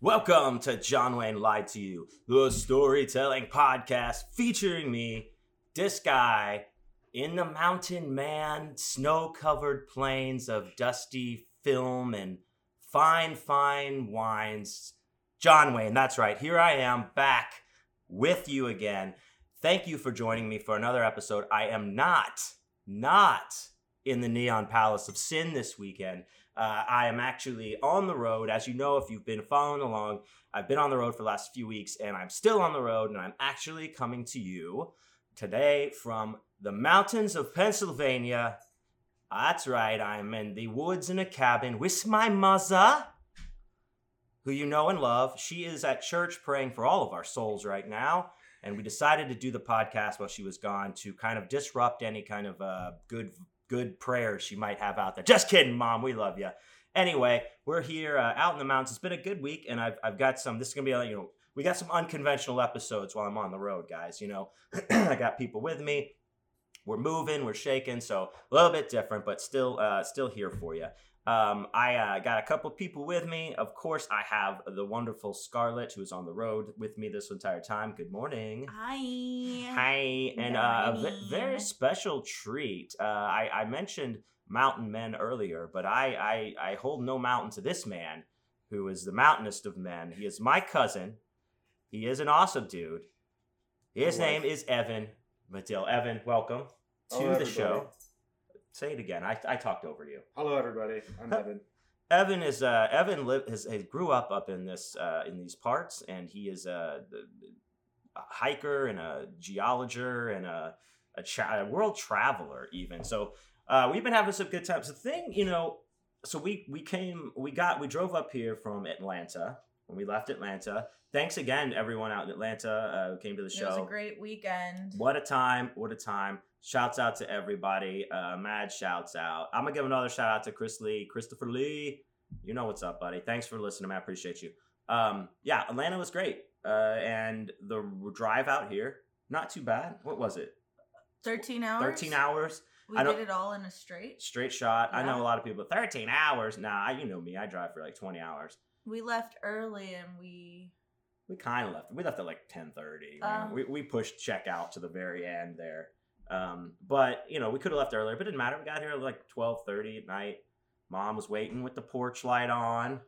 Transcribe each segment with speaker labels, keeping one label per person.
Speaker 1: Welcome to John Wayne Lied to You, the storytelling podcast featuring me, this guy, in the mountain man, snow covered plains of dusty film and fine, fine wines. John Wayne, that's right. Here I am back with you again. Thank you for joining me for another episode. I am not, not in the Neon Palace of Sin this weekend. Uh, I am actually on the road. As you know, if you've been following along, I've been on the road for the last few weeks and I'm still on the road and I'm actually coming to you today from the mountains of Pennsylvania. That's right, I'm in the woods in a cabin with my mother, who you know and love. She is at church praying for all of our souls right now. And we decided to do the podcast while she was gone to kind of disrupt any kind of uh, good good prayers she might have out there. Just kidding, mom. We love you. Anyway, we're here uh, out in the mountains. It's been a good week, and I've, I've got some. This is gonna be like, you know we got some unconventional episodes while I'm on the road, guys. You know, I got people with me. We're moving, we're shaking, so a little bit different, but still uh, still here for you. Um, I uh, got a couple people with me. Of course, I have the wonderful Scarlett, who is on the road with me this entire time. Good morning.
Speaker 2: Hi.
Speaker 1: Hi, and uh, a ve- very special treat. Uh, I, I mentioned mountain men earlier, but I, I, I hold no mountain to this man, who is the mountainest of men. He is my cousin. He is an awesome dude. His
Speaker 3: Good
Speaker 1: name
Speaker 3: wife.
Speaker 1: is Evan Medill. Evan, welcome to
Speaker 3: Hello,
Speaker 1: the show.
Speaker 3: everybody.
Speaker 1: Say it again. I, I talked over you.
Speaker 3: Hello, everybody. I'm
Speaker 1: Huh.
Speaker 3: Evan.
Speaker 1: Evan is uh, Evan live has, has grew up up in this uh, in these parts, and he is a, a hiker and a geologist and a a, tra- a world traveler even. So uh, we've been having some good times. The thing, you know, so we we came, we got, we drove up here from Atlanta when we left Atlanta. Thanks again, everyone out in Atlanta uh, who came to the
Speaker 2: It
Speaker 1: show.
Speaker 2: was a great weekend.
Speaker 1: What a time. What a time. Shouts out to everybody. Uh, mad shouts out. I'm going to give another shout out to Chris Lee. Christopher Lee, you know what's up, buddy. Thanks for listening, man. I appreciate you. Um, yeah, Atlanta was great. Uh, and the drive out here, not too bad. What was it?
Speaker 2: 13 hours?
Speaker 1: 13 hours
Speaker 2: We
Speaker 1: I don't-
Speaker 2: did it all in a straight.
Speaker 1: straight shot. I know
Speaker 2: Yeah.
Speaker 1: a lot of people, 13 hours. Nah, you know me. I drive for like 20 hours.
Speaker 2: We left early and we.
Speaker 1: We kind of left. We left at like ten thirty.
Speaker 2: Oh.
Speaker 1: we we pushed checkout to the very end there. Um, but you know we could have left earlier, but it didn't matter. We got here at like twelve thirty at night. Mom was waiting with the porch light on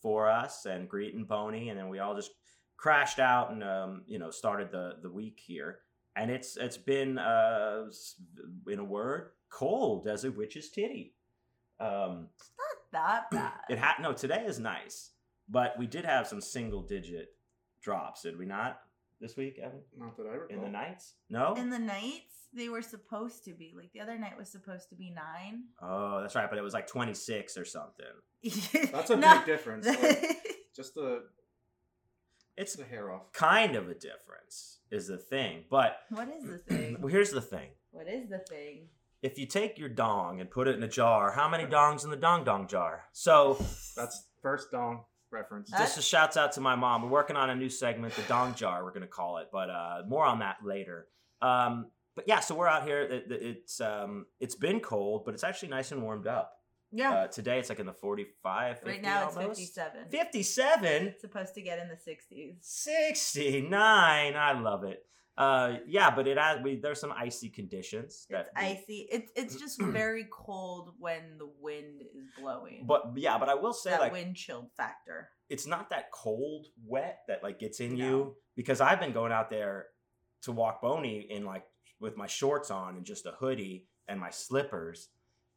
Speaker 1: for us and greeting Boney, and then we all just crashed out and um, you know started the the week here. And it's it's been uh, s- in a word cold as a witch's titty. Um,
Speaker 2: It's not that bad.
Speaker 1: it had no today is nice, but we did have some single digit drops, did we not? This week, Evan,
Speaker 3: Not that I recall.
Speaker 1: in the nights? No.
Speaker 2: in the nights, they were supposed to be. Like the other night was supposed to be nine.
Speaker 1: oh, that's right, but it was like twenty six or something.
Speaker 3: That's a
Speaker 2: No.
Speaker 3: big difference. Like, just the
Speaker 1: It's
Speaker 3: the hair off.
Speaker 1: kind of a difference, is the thing. But
Speaker 2: what is the thing?
Speaker 1: well, here's the thing:
Speaker 2: What is the thing?
Speaker 1: if you take your dong and put it in a jar, how many dongs in the dong dong jar? So
Speaker 3: That's first dong reference.
Speaker 2: That-
Speaker 1: Just a shouts out to my mom. We're working on a new segment, the Dong Jar, we're going to call it, but uh, more on that later. Um, but yeah, so we're out here. It, it- it's um, it's been cold, but it's actually nice and warmed up.
Speaker 2: Yeah.
Speaker 1: Uh, today it's like in the 45, 50
Speaker 2: right now it's
Speaker 1: Uh, almost.
Speaker 2: 57.
Speaker 1: 57?
Speaker 2: It's supposed to get in the 60s.
Speaker 1: 69. I love it. Uh, yeah, but it has, we, there's some icy conditions.
Speaker 2: It's
Speaker 1: we-
Speaker 2: icy. It's it's just very cold when the wind is blowing.
Speaker 1: But yeah, but I will say
Speaker 2: that
Speaker 1: like
Speaker 2: wind chill factor.
Speaker 1: it's not that cold wet that like gets in
Speaker 2: No.
Speaker 1: you because I've been going out there to walk Boney in like with my shorts on and just a hoodie and my slippers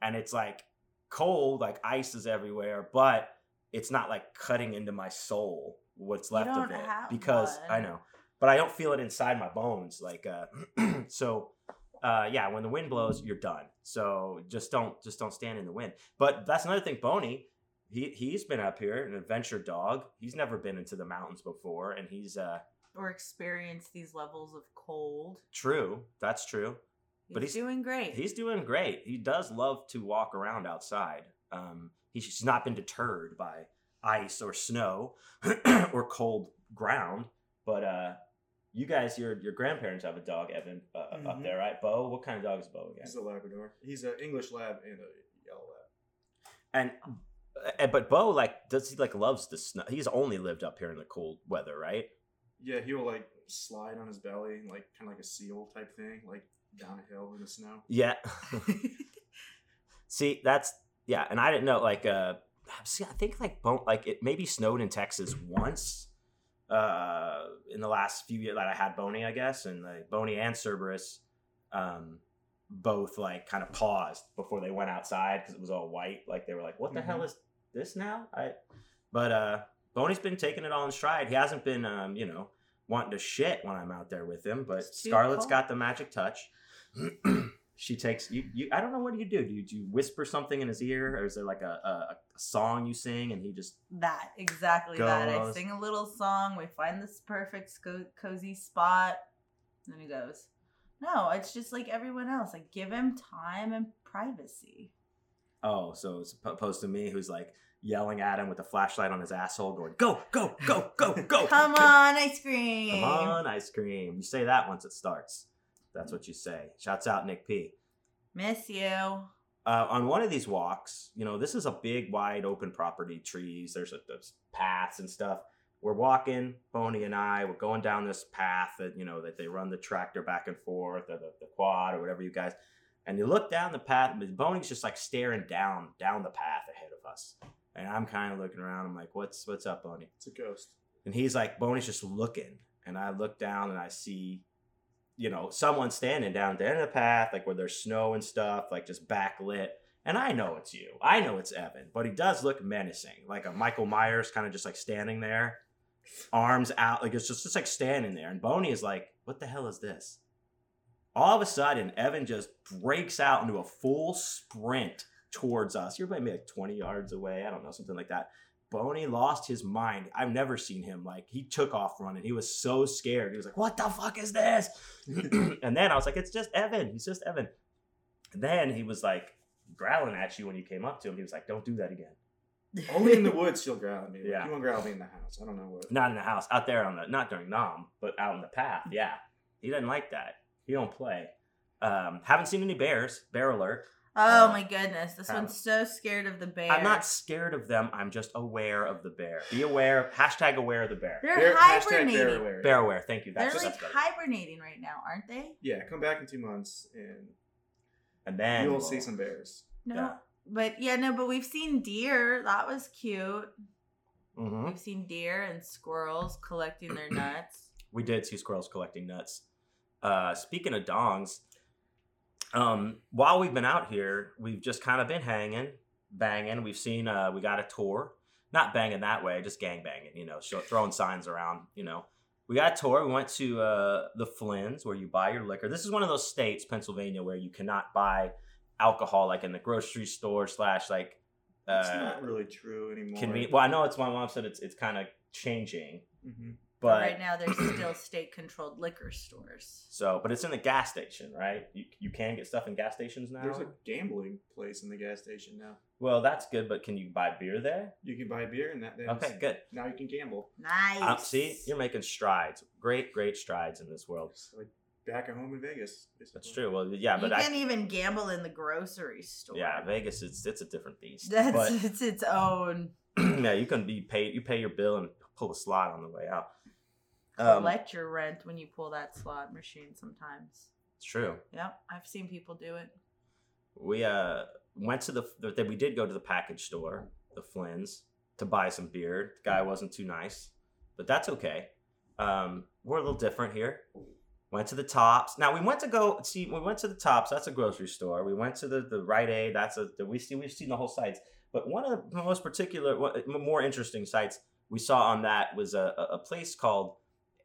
Speaker 1: and it's like cold like ice is everywhere but it's not like cutting into my soul what's
Speaker 2: You
Speaker 1: left of
Speaker 2: don't
Speaker 1: it
Speaker 2: have
Speaker 1: because I
Speaker 2: one.
Speaker 1: know but I don't feel it inside my bones like uh so uh yeah when the wind blows you're done so just don't just don't stand in the wind but that's another thing Boney he he's been up here an adventure dog he's never been into the mountains before and he's uh
Speaker 2: or experience these levels of cold.
Speaker 1: true that's true
Speaker 2: He's
Speaker 1: But he's-
Speaker 2: doing great.
Speaker 1: he's doing great he does love to walk around outside um he's just not been deterred by ice or snow or cold ground but uh you guys your your grandparents have a dog evan uh, up
Speaker 3: Mhm.
Speaker 1: there right bo what kind of dog is bo again
Speaker 3: He's a Labrador. He's an English lab and a yellow lab.
Speaker 1: and Uh, But Bo, like, does he like loves the snow? He's only lived up here in the cold weather, right?
Speaker 3: Yeah, he will like slide on his belly, like kind of like a seal type thing, like down a hill in the snow.
Speaker 1: Yeah. See, that's yeah, and I didn't know like uh see, I think like Bo- like it maybe snowed in Texas once uh in the last few years that I had Boney, I guess, and like Boney and Cerberus um both like kind of paused before they went outside because it was all white. Like they were like, "What the hell is this now?" I but uh Boney's been taking it all in stride. He hasn't been um, you know, wanting to shit when I'm out there with him, but
Speaker 2: It's too
Speaker 1: Scarlett's
Speaker 2: cold.
Speaker 1: got the magic touch. she takes you, you I don't know what do you do? Do you, do you whisper something in his ear or is there like a, a, a song you sing and he just
Speaker 2: that exactly that. I
Speaker 1: Goes.
Speaker 2: sing a little song. We find this perfect sco- cozy spot. And then he goes, "No, it's just like everyone else. Like give him time and privacy."
Speaker 1: oh, so it's opposed to me who's like yelling at him with a flashlight on his asshole going, "Go, go, go, go, go."
Speaker 2: Come on, ice cream.
Speaker 1: Oh. Come on, ice cream. You say that once it starts. That's what you say. Shouts out Nick P.
Speaker 2: Miss you. Oh
Speaker 1: uh, on one of these walks, you know, this is a big, wide open property, trees, there's, a, there's paths and stuff. We're walking, Boney and I, we're going down this path that, you know, that they run the tractor back and forth or the, the quad or whatever you guys. And you look down the path, but Boney's just like staring down, down the path ahead of us. And I'm kind of looking around. I'm like, what's, what's up, Boney?
Speaker 3: It's a ghost.
Speaker 1: And he's like, Boney's just looking. And I look down and I see, you know, someone standing down at the end of the path, like where there's snow and stuff, like just backlit. And I know it's you. I know it's Evan, but he does look menacing, like a Michael Myers kind of just like standing there, arms out, like it's just, just like standing there. And Boney is like, what the hell is this? All of a sudden, Evan just breaks out into a full sprint towards us. You're maybe like 20 yards away. I don't know, something like that. Boney lost his mind. I've never seen him like he took off running. He was so scared. He was like, "What the fuck is this?" and then I was like, "It's just Evan. He's just Evan." And then he was like growling at you when you came up to him. He was like, "Don't do that again."
Speaker 3: Only in the woods she'll growl at me.
Speaker 1: Yeah.
Speaker 3: Yeah. You won't growl at me in the house. I don't know what.
Speaker 1: Not in the house, out there on the not during nom, but out in the path. Yeah, he doesn't like that. He don't play. Um, haven't seen any bears. Bear alert.
Speaker 2: Oh
Speaker 1: Uh,
Speaker 2: my goodness, this
Speaker 1: um,
Speaker 2: one's so scared of the bear.
Speaker 1: I'm not scared of them. I'm just aware of the bear. Be aware. Hashtag aware of the bear.
Speaker 2: They're
Speaker 3: Bear- hashtag bear
Speaker 2: hibernating.
Speaker 3: alert.
Speaker 1: Bear aware. Thank you.
Speaker 2: They're
Speaker 1: That's,
Speaker 2: like
Speaker 1: that's better.
Speaker 2: hibernating right now, aren't they?
Speaker 3: Yeah, come back in two months and
Speaker 1: And then
Speaker 3: you'll
Speaker 1: we'll-
Speaker 3: see some bears.
Speaker 2: No.
Speaker 1: Yeah.
Speaker 2: But yeah, no, but we've seen deer. That was cute.
Speaker 3: Mm-hmm.
Speaker 1: Mhm.
Speaker 2: We've seen deer and squirrels collecting their nuts.
Speaker 1: We did see squirrels collecting nuts. Uh, speaking of dongs, um, while we've been out here, we've just kind of been hanging, banging. We've seen, uh, we got a tour, not banging that way, just gang banging, you know, sho- throwing signs around, you know. We got a tour. We went to uh, the Flynn's where you buy your liquor. This is one of those states, Pennsylvania, where you cannot buy alcohol like in the grocery store slash like. Uh,
Speaker 3: it's not really true anymore.
Speaker 1: can we? Well, I know it's my mom said it's it's kind of changing,
Speaker 3: hmm
Speaker 1: but
Speaker 2: right now, there's still state controlled liquor stores.
Speaker 1: So, but it's in the gas station, right? You, you can get stuff in gas stations now.
Speaker 3: There's a gambling place in the gas station now.
Speaker 1: well, that's good, but can you buy beer there?
Speaker 3: You can buy beer and that. then
Speaker 1: Okay, good.
Speaker 3: Now you can gamble.
Speaker 2: Nice.
Speaker 1: Uh, see, you're making strides. Great, great strides in this world.
Speaker 3: It's like back at home in Vegas. basically.
Speaker 1: That's true. Well, yeah, but
Speaker 2: you
Speaker 1: I,
Speaker 2: can't even gamble in the grocery store.
Speaker 1: yeah, Vegas it's it's a different beast.
Speaker 2: That's
Speaker 1: but
Speaker 2: it's its own
Speaker 1: yeah, you can be paid. You pay your bill and pull a slot on the way out. Um,
Speaker 2: collect your rent when you pull that slot machine sometimes.
Speaker 1: it's true.
Speaker 2: Yep, I've seen people do it.
Speaker 1: We uh went to the that we did go to the package store, the Flynn's, to buy some beer. The guy wasn't too nice, but that's okay. Um, we're a little different here. Went to the Tops. Now we went to go see. We went to the Tops. That's a grocery store. We went to the the Rite Aid. That's a the, we see. We've seen the whole sites, but one of the most particular, one- more interesting sites we saw on that was a a a place called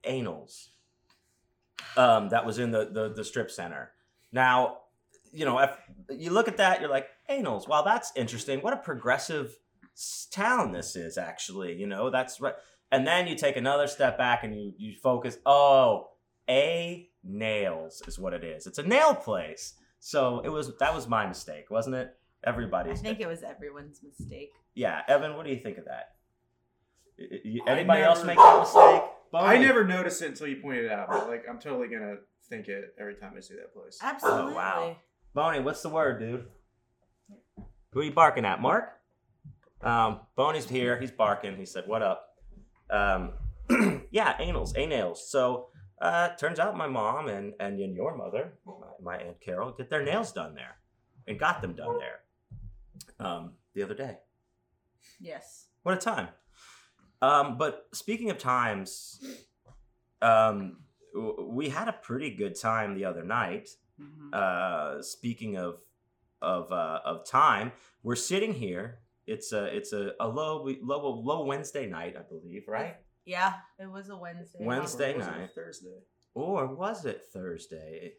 Speaker 1: Anals. Um, that was in the the, the strip center. Now, you know, if you look at that, you're like, Anals. Wow, that's interesting. What a progressive s- town this is, actually. You know, that's right. And then you take another step back and you you focus. Oh, a nails is what it is. It's a nail place. So it was that was my mistake, wasn't it?
Speaker 2: I
Speaker 1: Everybody's.
Speaker 2: think it was everyone's mistake.
Speaker 1: yeah, Evan, what do you think of that? Y- y- y-
Speaker 3: I
Speaker 1: Anybody else
Speaker 3: never-
Speaker 1: make that mistake?
Speaker 3: I
Speaker 2: Oh.
Speaker 1: Bonnie?
Speaker 3: never noticed it until you pointed it out. But like, I'm totally gonna think it every time I see that place.
Speaker 1: Oh,
Speaker 2: Absolutely.
Speaker 1: wow. Bonnie, what's the word, dude? Who are you barking at, Mark? Um, Boney's here. He's barking. He said, "What up?" Um, yeah, anals, anals. So uh, turns out my mom and and, and your mother, my, my aunt Carol, get their nails done there, and got them done there um, the other day.
Speaker 2: Yes.
Speaker 1: What a time. Um, but speaking of times, um, w- we had a pretty good time the other night.
Speaker 2: Mhm.
Speaker 1: Uh, speaking of of uh, of time, we're sitting here. It's a it's a, a low we- low low Wednesday night, I believe, right?
Speaker 2: Yeah, it was a Wednesday.
Speaker 1: Wednesday
Speaker 3: Or was it
Speaker 1: night.
Speaker 3: Thursday.
Speaker 1: Or was it Thursday?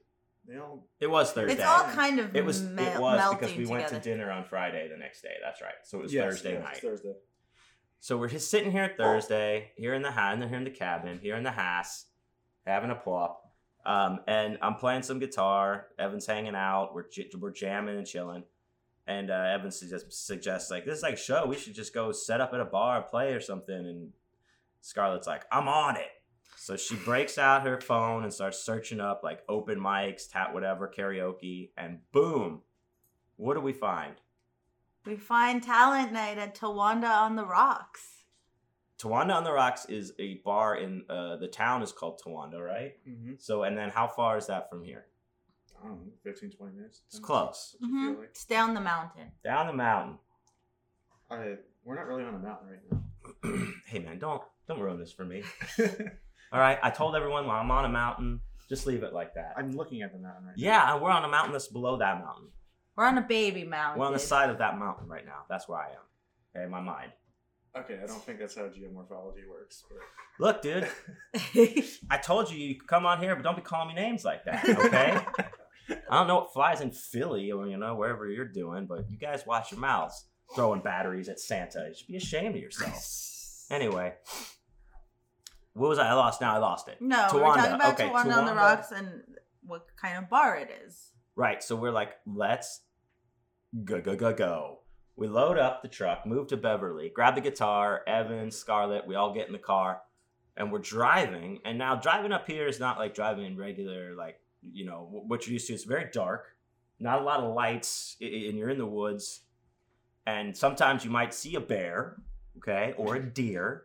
Speaker 3: They all
Speaker 1: It was Thursday.
Speaker 2: It's all kind of
Speaker 1: it was
Speaker 2: mel-
Speaker 1: it was
Speaker 2: melting
Speaker 1: because we went
Speaker 2: together.
Speaker 1: to dinner on Friday the next day. That's right. So it was
Speaker 3: Yes,
Speaker 1: Thursday
Speaker 3: yes,
Speaker 1: night.
Speaker 3: Thursday.
Speaker 1: So we're just sitting here at Thursday, here in the ha- and then here in the cabin, here in the house, having a plop. Um, and I'm playing some guitar. Evan's hanging out. We're j- we're jamming and chilling. And uh, Evan suggests suggests like this is like a show. We should just go set up at a bar and play or something. And Scarlett's like, I'm on it. So she breaks out her phone and starts searching up like open mics, tat whatever, karaoke, and boom, what do we find?
Speaker 2: We find talent night at Tawanda on the Rocks.
Speaker 1: Tawanda on the Rocks is a bar in uh, the town is called Tawanda, right?
Speaker 3: Mm-hmm.
Speaker 1: So, and then how far is that from here?
Speaker 3: I don't know, 15, 20 minutes.
Speaker 1: It's close.
Speaker 3: What you feel like?
Speaker 2: It's down the mountain.
Speaker 1: Down the mountain.
Speaker 3: I, we're not really on a mountain right now.
Speaker 1: hey man, don't don't ruin this for me. All right, I told everyone well, I'm on a mountain. Just leave it like that.
Speaker 3: I'm looking at the mountain right
Speaker 1: Yeah, we're on a mountain that's below that mountain.
Speaker 2: We're on a baby mountain.
Speaker 1: We're on the side of that mountain right now. That's where I am. Okay, my mind. now.
Speaker 3: Okay, I don't think that's how geomorphology works.
Speaker 1: Look,
Speaker 3: But
Speaker 1: dude, I told you you could come on here, but don't be calling me names like that. Okay. I don't know what flies in Philly or you know wherever you're doing, but you guys watch your mouths throwing batteries at Santa. You should be ashamed of yourself. Anyway, what was I? I lost. Now I lost it.
Speaker 2: no, we we're talking
Speaker 1: Tawanda.
Speaker 2: about
Speaker 1: Okay,
Speaker 2: Tawanda, on the
Speaker 1: Tawanda.
Speaker 2: Rocks and what kind of bar it is.
Speaker 1: Right. So we're like, let's go go go go. We load up the truck, move to Beverly, grab the guitar, Evan, Scarlett. We all get in the car, and we're driving. And now driving up here is not like driving in regular like you know wh- what you're used to. It's very dark, not a lot of lights, i- i- and you're in the woods. And sometimes you might see a bear, okay, or a deer.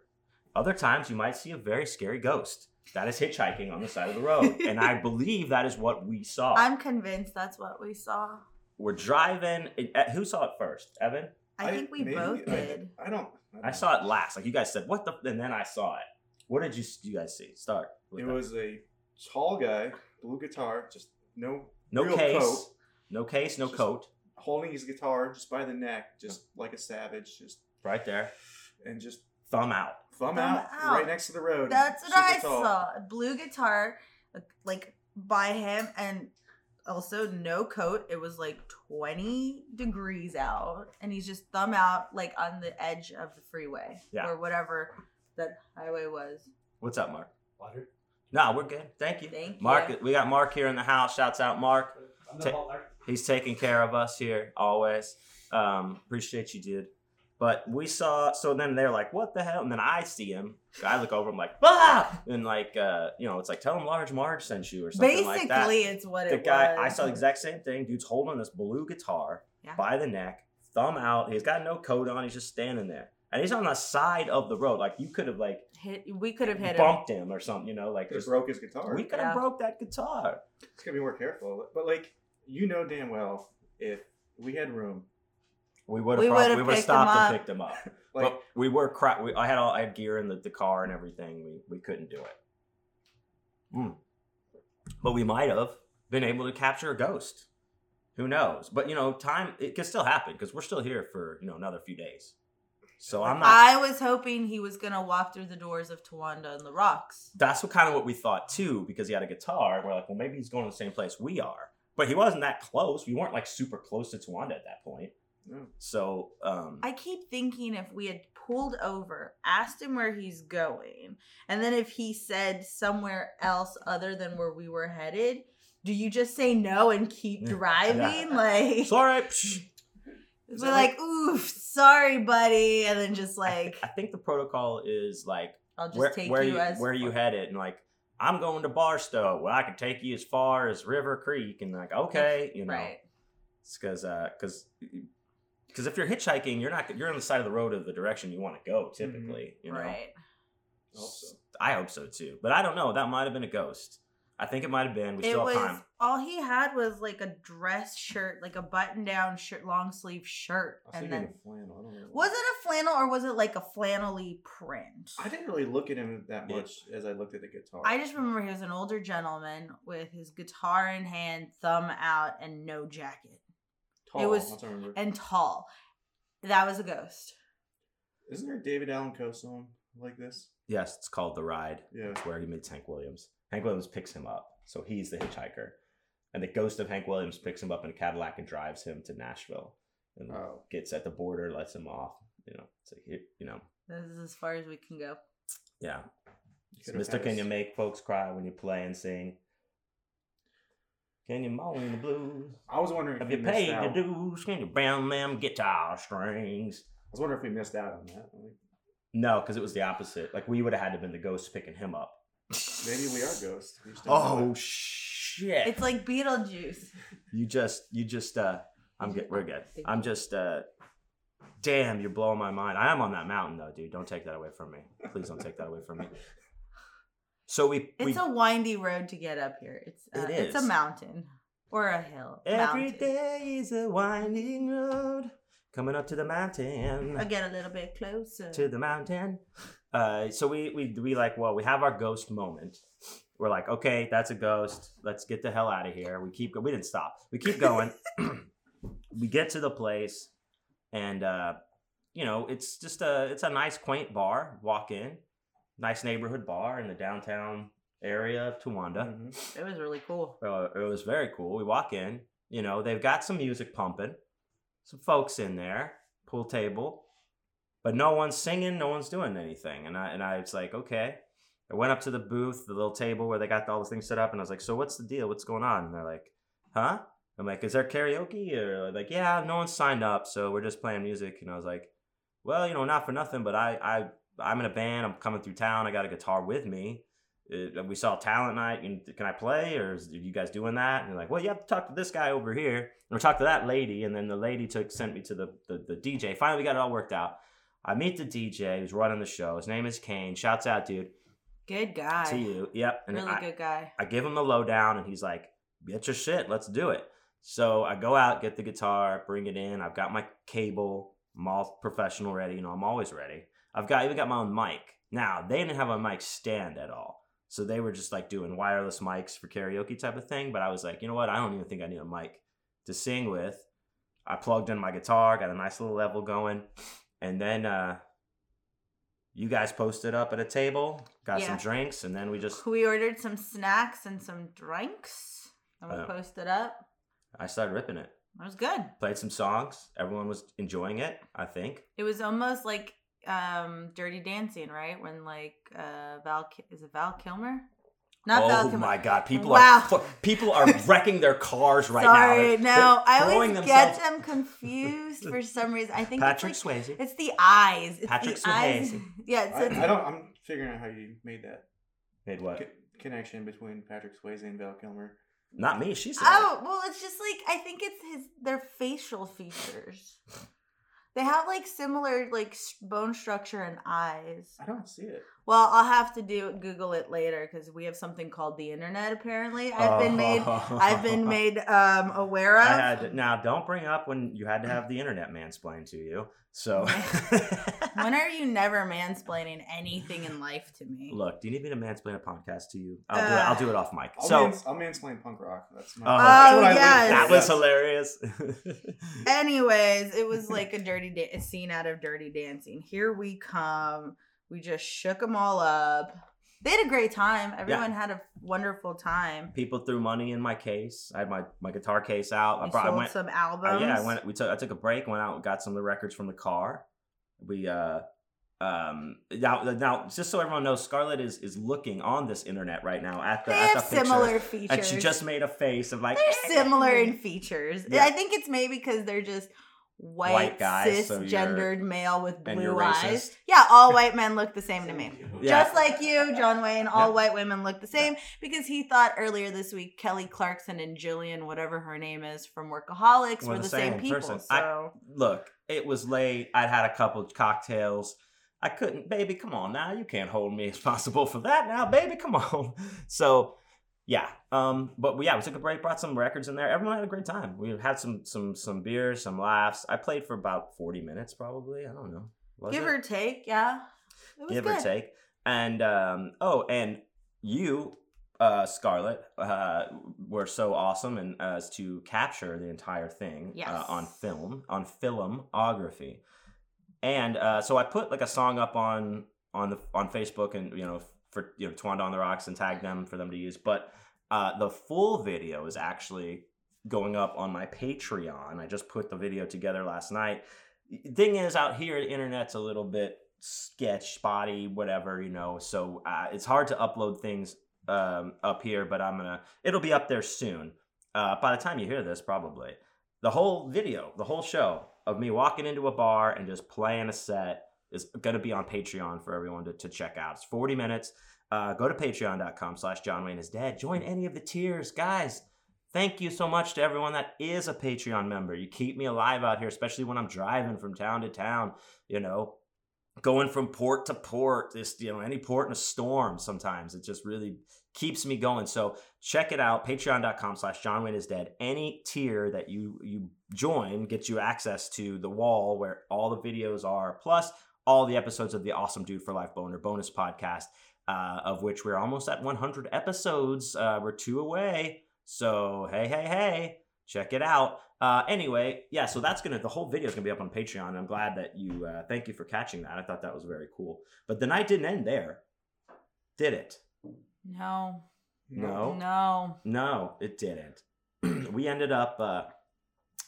Speaker 1: Other times you might see a very scary ghost that is hitchhiking on the side of the road. and I believe that is what we saw
Speaker 2: I'm convinced that's what we saw.
Speaker 1: we're driving. and- uh, Who saw it first, Evan?
Speaker 2: I, think we
Speaker 3: maybe-
Speaker 2: both
Speaker 3: I-
Speaker 2: did.
Speaker 3: I, don't.
Speaker 1: I saw it last. Like you guys said, what the? And then I saw it. What did you you guys see? Start. with
Speaker 3: It
Speaker 1: that.
Speaker 3: was a tall guy, blue guitar, just no
Speaker 1: no
Speaker 3: real
Speaker 1: case,
Speaker 3: coat.
Speaker 1: no case, no
Speaker 3: Just-
Speaker 1: coat.
Speaker 3: holding his guitar just by the neck, just like a savage, just
Speaker 1: Right there,
Speaker 3: and just
Speaker 1: thumb out.
Speaker 3: thumb,
Speaker 2: Thumb
Speaker 3: out,
Speaker 2: out.
Speaker 3: right next to the road.
Speaker 2: That's what
Speaker 3: Super
Speaker 2: I
Speaker 3: tall.
Speaker 2: saw. A blue guitar, like by him, and also no coat. It was like 20 degrees out, and he's just thumb out, like on the edge of the freeway
Speaker 1: Yeah.
Speaker 2: or whatever that highway was.
Speaker 1: What's up, Mark?
Speaker 4: Water.
Speaker 1: No, we're good. Thank you,
Speaker 2: Thank
Speaker 1: Mark.
Speaker 2: you.
Speaker 1: We got Mark here in the house. Shouts out, Mark.
Speaker 4: I'm
Speaker 1: Ta-
Speaker 4: the butler.
Speaker 1: He's taking care of us here always. Um, appreciate you, dude. But we saw. So then they're like, "What the hell?" And then I see him. I look over. I'm like, "Ah!" And like, uh, you know, it's like, "Tell him Large Marge sent you" or something
Speaker 2: Basically,
Speaker 1: like that.
Speaker 2: it's what
Speaker 1: the
Speaker 2: it
Speaker 1: guy
Speaker 2: was.
Speaker 1: I saw the exact same thing. Dude's holding this blue guitar
Speaker 2: Yeah.
Speaker 1: by the neck, thumb out. He's got no coat on. He's just standing there, and he's on the side of the road. Like you could have like
Speaker 2: Hit, we could have hit him.
Speaker 1: bumped him. or something. You know, like
Speaker 3: Just
Speaker 1: just,
Speaker 3: broke his guitar.
Speaker 1: we could have
Speaker 2: Yeah.
Speaker 1: broke that guitar.
Speaker 3: It's gonna be more careful. But like you know damn well, if we had room,
Speaker 1: We would
Speaker 2: We
Speaker 1: have. prob-
Speaker 2: would've
Speaker 1: We would have
Speaker 2: picked him
Speaker 1: stopped and
Speaker 2: up.
Speaker 1: picked him up.
Speaker 3: like
Speaker 1: but we were crap. We, I had all I had gear in the, the car and everything. We we couldn't do it. Mm. But we might have been able to capture a ghost. Who knows? But you know, time it could still happen because we're still here for you know another few days. So I'm not.
Speaker 2: I was hoping he was gonna walk through the doors of Tawanda and the rocks.
Speaker 1: that's what kind of what we thought too because he had a guitar. And we're like, well, maybe he's going to the same place we are. But he wasn't that close. We weren't like super close to Tawanda at that point.
Speaker 3: no.
Speaker 1: So um,
Speaker 2: Mm. I keep thinking if we had pulled over, asked him where he's going, and then if he said somewhere else other than where we were headed, do you just say no and keep
Speaker 1: Yeah.
Speaker 2: driving? Like,
Speaker 1: sorry.
Speaker 3: Is
Speaker 2: we're
Speaker 3: that
Speaker 2: like, oof, sorry, buddy, and then just
Speaker 1: I,
Speaker 2: like,
Speaker 1: I think the protocol is like
Speaker 2: I'll just
Speaker 1: where,
Speaker 2: take
Speaker 1: where
Speaker 2: you, as
Speaker 1: where you headed and like i'm going to barstow well i can take you as far as river creek and like okay you know
Speaker 2: right.
Speaker 1: it's because uh because Because if you're hitchhiking, you're not you're on the side of the road of the direction you want to go. Typically, you know.
Speaker 2: Mm-hmm. Right.
Speaker 3: I hope oh, so.
Speaker 1: I hope so too, but I don't know. That might have been a ghost. I think it might have been. We
Speaker 2: it
Speaker 1: still
Speaker 2: was
Speaker 1: have time.
Speaker 2: all he had was like a dress shirt, like a button-down shirt, long sleeve shirt,
Speaker 3: I was
Speaker 2: and
Speaker 3: thinking
Speaker 2: then
Speaker 3: of flannel. I don't know.
Speaker 2: was it a flannel or was it like a flannelly print?
Speaker 3: I didn't really look at him that
Speaker 1: Yeah.
Speaker 3: much as I looked at the guitar.
Speaker 2: I just remember he was an older gentleman with his guitar in hand, thumb out, and no jacket,
Speaker 3: Tall,
Speaker 2: it was-
Speaker 3: that's what I remember.
Speaker 2: and tall. That was a ghost.
Speaker 3: Isn't there a David Allen Co song like this?
Speaker 1: Yes, it's called The Ride.
Speaker 3: Yeah.
Speaker 1: It's where he meets Hank Williams. Hank Williams picks him up, so he's the hitchhiker, and the ghost of Hank Williams picks him up in a Cadillac and drives him to Nashville, and
Speaker 3: Oh.
Speaker 1: gets at the border, lets him off. You know, it's like here- you know,
Speaker 2: This is as far as we can go.
Speaker 1: yeah.
Speaker 3: You
Speaker 1: It's
Speaker 3: could've
Speaker 1: Mr.
Speaker 3: had
Speaker 1: Can
Speaker 3: us-
Speaker 1: you make folks cry when you play and sing? Can you moan the blues?
Speaker 3: I was wondering if
Speaker 1: Have
Speaker 3: we
Speaker 1: you
Speaker 3: missed
Speaker 1: paid your
Speaker 3: out.
Speaker 1: dues? Can you bend them guitar strings?
Speaker 3: I was wondering if we missed out on that. Like,
Speaker 1: No, because it was the opposite. Like we would have had to have been the ghost picking him up.
Speaker 3: maybe we are ghosts. We just don't know
Speaker 1: Oh
Speaker 3: it.
Speaker 1: shit!
Speaker 2: It's like Beetlejuice.
Speaker 1: You just, you just, uh, I'm good. We're good. I'm just, uh, damn, you're blowing my mind. I am on that mountain though, dude. Don't take that away from me. Please don't take that away from me. So we, we
Speaker 2: It's a windy road to get up here. It's uh,
Speaker 1: It
Speaker 2: it's a
Speaker 1: is.
Speaker 2: mountain or a hill.
Speaker 1: every
Speaker 2: Mountain.
Speaker 1: day is a winding road coming up to the mountain.
Speaker 2: I'll get a little bit closer.
Speaker 1: to the mountain. Uh, so we, we we like well we have our ghost moment. We're like okay that's a ghost. Let's get the hell out of here. We keep go- we didn't stop. We keep going. we get to the place, and uh, you know it's just a it's a nice quaint bar. Walk in, nice neighborhood bar in the downtown area of Towanda.
Speaker 3: Mhm.
Speaker 2: it was really cool.
Speaker 1: Uh, it was very cool. We walk in, you know, they've got some music pumping, some folks in there, pool table, but no one's singing, no one's doing anything. And I and I was like, okay. I went up to the booth, the little table where they got all the things set up, and I was like, so what's the deal? What's going on? And they're like, huh? I'm like, is there karaoke? Or like, yeah, no one signed up, so we're just playing music. And I was like, well, you know, not for nothing, but I I I'm in a band. I'm coming through town. I got a guitar with me uh, we saw talent night and can I play or is, are you guys doing that? And they're like, well, you have to talk to this guy over here and we talked to that lady. And then the lady took, sent me to the, the, the DJ. Finally, we got it all worked out. I meet the DJ who's running the show. His name is Kane. Shouts out, dude,
Speaker 2: Good guy.
Speaker 1: to you. Yep. And
Speaker 2: really
Speaker 1: I,
Speaker 2: good guy.
Speaker 1: I give him the lowdown, and he's like, "Get your shit, let's do it." So I go out, get the guitar, bring it in. I've got my cable. I'm all professional ready. You know, I'm always ready. I've got even got my own mic. Now they didn't have a mic stand at all, so they were just like doing wireless mics for karaoke type of thing. But I was like, you know what? I don't even think I need a mic to sing with. I plugged in my guitar, got a nice little level going, and then uh, you guys posted up at a table, got
Speaker 2: Yeah.
Speaker 1: some drinks, and then we just
Speaker 2: We ordered some snacks and some drinks, and we
Speaker 1: Oh.
Speaker 2: posted up.
Speaker 1: I started ripping it.
Speaker 2: It was good.
Speaker 1: played some songs. Everyone was enjoying it, I think.
Speaker 2: It was almost like um Dirty Dancing, right? When like uh Val Ki- is it Val Kilmer? Not Val
Speaker 1: oh
Speaker 2: Kilmer.
Speaker 1: my god, people
Speaker 2: Wow.
Speaker 1: are fu- people are wrecking their cars right now.
Speaker 2: Sorry,
Speaker 1: They're-
Speaker 2: no,
Speaker 1: they're
Speaker 2: I always
Speaker 1: throwing
Speaker 2: get
Speaker 1: themselves-
Speaker 2: them confused for some reason. I think
Speaker 1: Patrick
Speaker 2: it's,
Speaker 1: Swayze.
Speaker 2: like, it's the eyes. It's
Speaker 1: Patrick
Speaker 2: the eyes.
Speaker 1: Swayze.
Speaker 2: Yeah, it's, it's
Speaker 3: I, I don't. I'm figuring out how you made that
Speaker 1: Made what?
Speaker 3: co- connection between Patrick Swayze and Val Kilmer.
Speaker 1: Not me. She said.
Speaker 2: Oh, well, it's just like I think it's his their facial features. They have like similar like s- bone structure and eyes.
Speaker 3: I don't see it.
Speaker 2: Well, I'll have to do Google it later because we have something called the internet. Apparently,
Speaker 1: it.
Speaker 2: I've been
Speaker 1: Oh.
Speaker 2: made I've been made um, aware
Speaker 1: I
Speaker 2: of.
Speaker 1: had now. Don't bring up when you had to have the internet mansplained to you. So,
Speaker 2: when are you never mansplaining anything in life to me?
Speaker 1: look, do you need me to mansplain a podcast to you? I'll
Speaker 2: Uh,
Speaker 1: do it. I'll do it off mic.
Speaker 3: I'll,
Speaker 1: So,
Speaker 3: mans- I'll mansplain punk rock. That's my.
Speaker 1: Oh,
Speaker 3: that's what I live
Speaker 2: yes.
Speaker 3: for.
Speaker 1: that was
Speaker 3: Yes.
Speaker 1: hilarious.
Speaker 2: Anyways, it was like a dirty da- a scene out of Dirty Dancing. Here we come. We just shook them all up. They had a great time. Everyone had a wonderful time.
Speaker 1: people threw money in my case. I had my, my guitar case out. I
Speaker 2: We
Speaker 1: brought I
Speaker 2: sold
Speaker 1: went,
Speaker 2: some
Speaker 1: uh,
Speaker 2: albums.
Speaker 1: yeah, I went. We took I took a break. Went out, and got some of the records from the car. We uh um now now just so everyone knows, Scarlett is is looking on this internet right now at the
Speaker 2: They
Speaker 1: at
Speaker 2: have
Speaker 1: the pictures,
Speaker 2: similar features.
Speaker 1: and she just made a face of like
Speaker 2: they're similar in features.
Speaker 1: Yeah.
Speaker 2: I think it's maybe because they're just white,
Speaker 1: White guy, so you're-
Speaker 2: cisgendered male with
Speaker 1: and you're
Speaker 2: blue eyes.
Speaker 1: racist?
Speaker 2: Yeah, all white men look the same to me.
Speaker 1: Yeah.
Speaker 2: Just like you, John Wayne, all
Speaker 1: Yeah.
Speaker 2: white women look the same because he thought earlier this week Kelly Clarkson and Jillian, whatever her name is, from Workaholics were, the same, people.
Speaker 1: person. I-
Speaker 2: So
Speaker 1: Look, it was late. I'd had a couple cocktails. I couldn't, baby, come on now. You can't hold me responsible for that now, baby. Come on. So, yeah. Um, but we, yeah, we took a break, brought some records in there. Everyone had a great time. We had some some some beers, some laughs. I played for about 40 minutes probably. I don't know. Was
Speaker 2: give
Speaker 1: it?
Speaker 2: or take, yeah. It was
Speaker 1: give
Speaker 2: good.
Speaker 1: or take. And um, oh, and you, uh, Scarlett, uh, were so awesome and uh, as to capture the entire thing uh,
Speaker 2: Yes.
Speaker 1: on film, on filmography. And uh, so I put like a song up on on the on Facebook and you know for you know Twanda on the Rocks and tagged them for them to use, but uh, the full video is actually going up on my Patreon. I just put the video together last night. Thing is, out here, the internet's a little bit sketch, spotty, whatever, you know. So uh, it's hard to upload things um, up here, but I'm gonna. It'll be up there soon. Uh, by the time you hear this, probably the whole video, the whole show of me walking into a bar and just playing a set is gonna be on Patreon for everyone to, to check out. It's 40 minutes. Uh, go to patreon.com slash John Wayne is dead. Join any of the tiers, guys. Thank you so much to everyone that is a Patreon member. You keep me alive out here, especially when I'm driving from town to town, you know, going from port to port, this, you know, any port in a storm sometimes. It just really keeps me going. So check it out, patreon.com slash John Wayne is dead. Any tier that you you join gets you access to the wall where all the videos are, plus all the episodes of the Awesome Dude for Life Boner bonus podcast uh, of which we're almost at 100 episodes. Uh, we're two away. So, hey, hey, hey, check it out. Uh, anyway, yeah, so that's going to, the whole video is going to be up on Patreon. I'm glad that you, uh, thank you for catching that. I thought that was very cool. But the night didn't end there, did it?
Speaker 2: No,
Speaker 1: No. Oh.
Speaker 2: no.
Speaker 1: No, it didn't. we ended up, uh,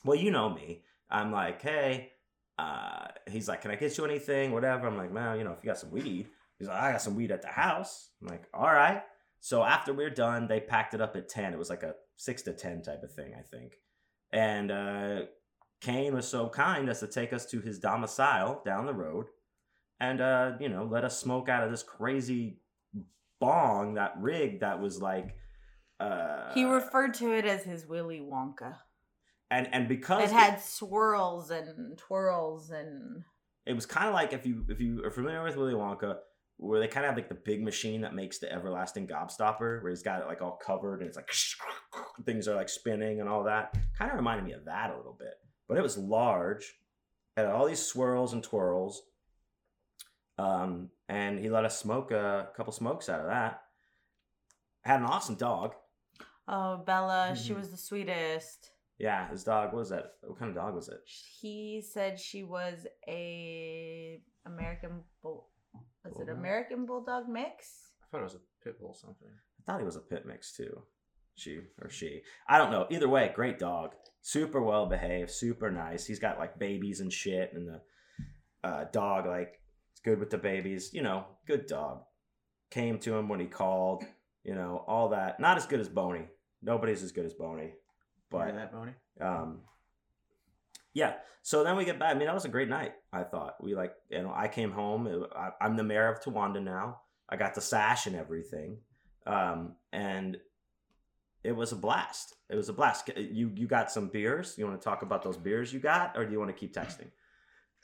Speaker 1: well, you know me. I'm like, hey, uh, he's like, can I get you anything? Whatever. I'm like, man, you know, if you got some weed. He's like, I got some weed at the house. I'm like, all right. So after we're done, they packed it up at 10. It was like a 6 to 10 type of thing, I think. And uh, Kane was so kind as to take us to his domicile down the road and, uh, you know, let us smoke out of this crazy bong, that rig that was like. Uh,
Speaker 2: He referred to it as his Willy Wonka.
Speaker 1: and and because
Speaker 2: It had swirls and twirls and
Speaker 1: it was kind of like if you if you are familiar with Willy Wonka, where they kind of have like the big machine that makes the everlasting gobstopper, where he's got it like all covered and it's like things are like spinning and all that. Kind of reminded me of that a little bit, but it was large, had all these swirls and twirls. Um, and he let us smoke a couple smokes out of that. Had an awesome dog.
Speaker 2: oh Bella, she
Speaker 1: Mhm.
Speaker 2: was the sweetest.
Speaker 1: Yeah, his dog. What was that? What kind of dog was it?
Speaker 2: He said she was a American bull. Was it
Speaker 1: Bulldog?
Speaker 2: American bulldog mix?
Speaker 3: I thought it was a pit bull or something.
Speaker 1: I thought he was a pit mix too. She or she. I don't know. Either way, great dog. Super well behaved, super nice. He's got like babies and shit, and the uh, dog like is good with the babies. You know, good dog. Came to him when he called. You know, all that. Not as good as Boney. Nobody's as good as Boney. But
Speaker 3: that Boney.
Speaker 1: um, yeah. So then we get back. I mean, that was a great night. I thought we like, you know, I came home. It- I, I'm the mayor of Tawanda now. I got the sash and everything, um, and it was a blast. It was a blast. You you got some beers. You want to talk about those beers you got, or do you want to keep texting?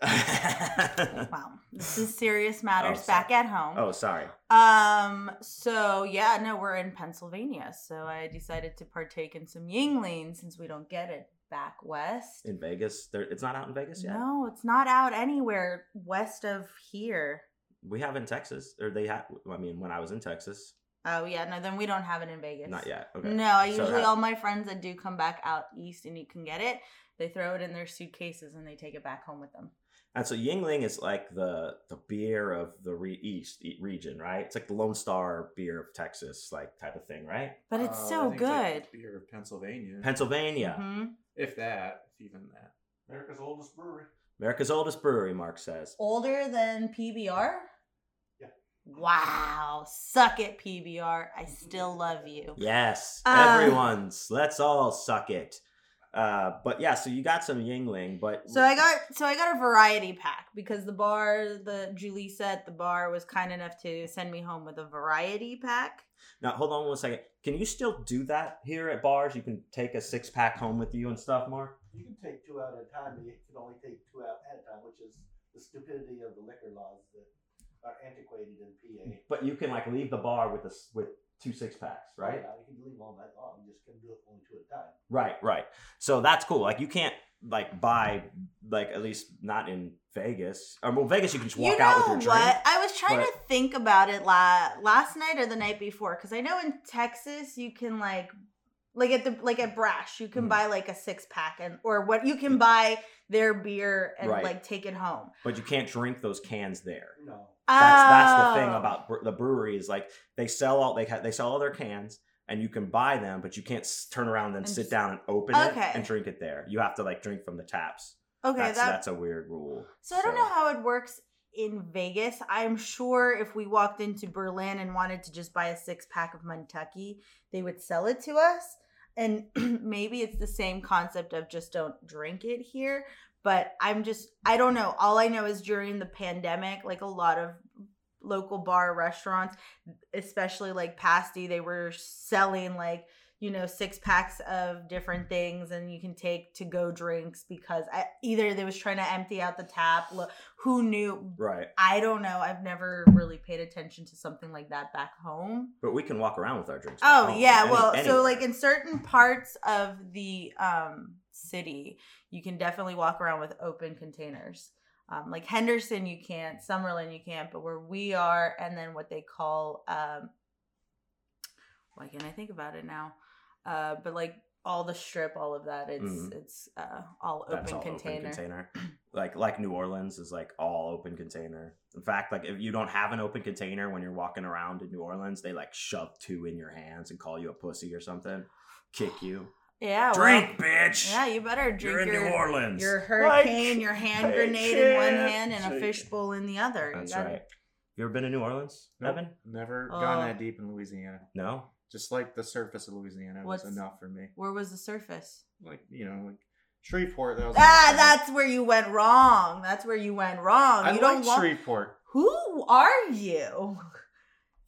Speaker 2: Wow, this is serious matters
Speaker 1: sorry.
Speaker 2: back at home.
Speaker 1: oh, sorry.
Speaker 2: Um, so yeah, no, we're in Pennsylvania, so I decided to partake in some Yingling since we don't get it back west.
Speaker 1: In Vegas, there, it's not out in Vegas yet.
Speaker 2: No, it's not out anywhere west of here.
Speaker 1: We have in Texas, or they have. I mean, when I was in Texas,
Speaker 2: Oh yeah, no, then we don't have it in Vegas.
Speaker 1: not yet. Okay.
Speaker 2: No, I
Speaker 1: So
Speaker 2: usually
Speaker 1: that-
Speaker 2: all my friends that do come back out east and you can get it, they throw it in their suitcases and they take it back home with them.
Speaker 1: And so Yingling is like the the beer of the re- East e- region, right? It's like the Lone Star beer of Texas, like type of thing, right?
Speaker 2: But it's
Speaker 3: Uh, I
Speaker 2: so
Speaker 3: think it's like
Speaker 2: good.
Speaker 3: the beer of Pennsylvania.
Speaker 1: Pennsylvania,
Speaker 2: Mhm.
Speaker 3: if that, if even that. America's oldest brewery.
Speaker 1: America's oldest brewery, Mark says.
Speaker 2: Older than PBR?
Speaker 3: Yeah.
Speaker 2: Wow. Suck it, PBR. I still love you.
Speaker 1: Yes,
Speaker 2: Uh,
Speaker 1: everyone's. Let's all suck it. Uh, but yeah, so you got some Yingling, but
Speaker 2: So I got so I got a variety pack because the bar the Julie said the bar was kind enough to send me home with a variety pack.
Speaker 1: now hold on one second. Can you still do that here at bars? You can take a six pack home with you and stuff, Mark.
Speaker 4: You can take two out at a time, but you can only take two out at a time, which is the stupidity of the liquor laws that are antiquated in PA.
Speaker 1: But you can like leave the bar with a s with two six packs, right?
Speaker 4: Now, you can leave all night long, you just can do it only two at a time.
Speaker 1: Right, right. So that's cool. Like you can't like buy like at least not in Vegas. Or well, Vegas you can just walk
Speaker 2: you know
Speaker 1: out with your drink.
Speaker 2: what? I was trying to
Speaker 1: but-
Speaker 2: think about it la- last night or the night before because I know in Texas you can like like at the like at Brash you can
Speaker 1: Mhm.
Speaker 2: buy like a six pack and or what you can buy their beer and
Speaker 1: Right.
Speaker 2: like take it home.
Speaker 1: But you can't drink those cans there.
Speaker 4: No.
Speaker 1: That's that's the thing
Speaker 2: Oh.
Speaker 1: about bre- the brewery is like they sell all they ha- they sell all their cans and you can buy them, but you can't s- turn around and,
Speaker 2: And
Speaker 1: sit
Speaker 2: just-
Speaker 1: down and open
Speaker 2: Okay.
Speaker 1: it and drink it there. You have to like drink from the taps.
Speaker 2: okay
Speaker 1: that's
Speaker 2: that
Speaker 1: that's a weird rule.
Speaker 2: So I don't know how it works in Vegas. I'm sure if we walked into Berlin and wanted to just buy a six pack of Kentucky, they would sell it to us. And maybe it's the same concept of just don't drink it here. But I'm just, I don't know. All I know is during the pandemic, like a lot of local bar restaurants, especially like Pasty, they were selling like, you know, six packs of different things and you can take to go drinks because I, either they was trying to empty out the tap. Look, who knew?
Speaker 1: Right,
Speaker 2: I don't know. I've never really paid attention to something like that back home.
Speaker 1: but we can walk around with our drinks. at
Speaker 2: Oh
Speaker 1: home,
Speaker 2: yeah,
Speaker 1: any-
Speaker 2: well,
Speaker 1: anywhere.
Speaker 2: so like in certain parts of the um, city, you can definitely walk around with open containers. Um, like Henderson, you can't. Summerlin, you can't. But where we are, and then what they call, um, why can't I think about it now? Uh, but like all the strip, all of that, it's
Speaker 1: Mhm.
Speaker 2: it's uh, all open
Speaker 1: that's all
Speaker 2: container.
Speaker 1: open container. Like like New Orleans is like all open container. In fact, like if you don't have an open container when you're walking around in New Orleans, they like shove two in your hands and call you a pussy or something, kick you.
Speaker 2: Yeah, well,
Speaker 1: Drink, bitch.
Speaker 2: yeah, you better drink
Speaker 1: You're in
Speaker 2: your,
Speaker 1: New Orleans.
Speaker 2: your hurricane, your hand
Speaker 1: I
Speaker 2: grenade in one
Speaker 1: can't
Speaker 2: hand, and a
Speaker 3: take
Speaker 2: fishbowl in the other. You
Speaker 1: That's
Speaker 2: gotta-
Speaker 1: right. You ever been to New Orleans,
Speaker 5: Nope,
Speaker 1: Evan?
Speaker 5: Never
Speaker 2: Oh.
Speaker 5: gone that deep in Louisiana.
Speaker 1: No.
Speaker 5: Just like the surface of Louisiana
Speaker 2: What's-
Speaker 5: was enough for me.
Speaker 2: Where was the surface?
Speaker 5: Like you know, like Shreveport. That was enough for
Speaker 2: Ah,
Speaker 5: me.
Speaker 2: that's where you went wrong. That's where you went wrong.
Speaker 5: I
Speaker 2: you
Speaker 5: like
Speaker 2: don't want.
Speaker 5: Shreveport.
Speaker 2: Who are you?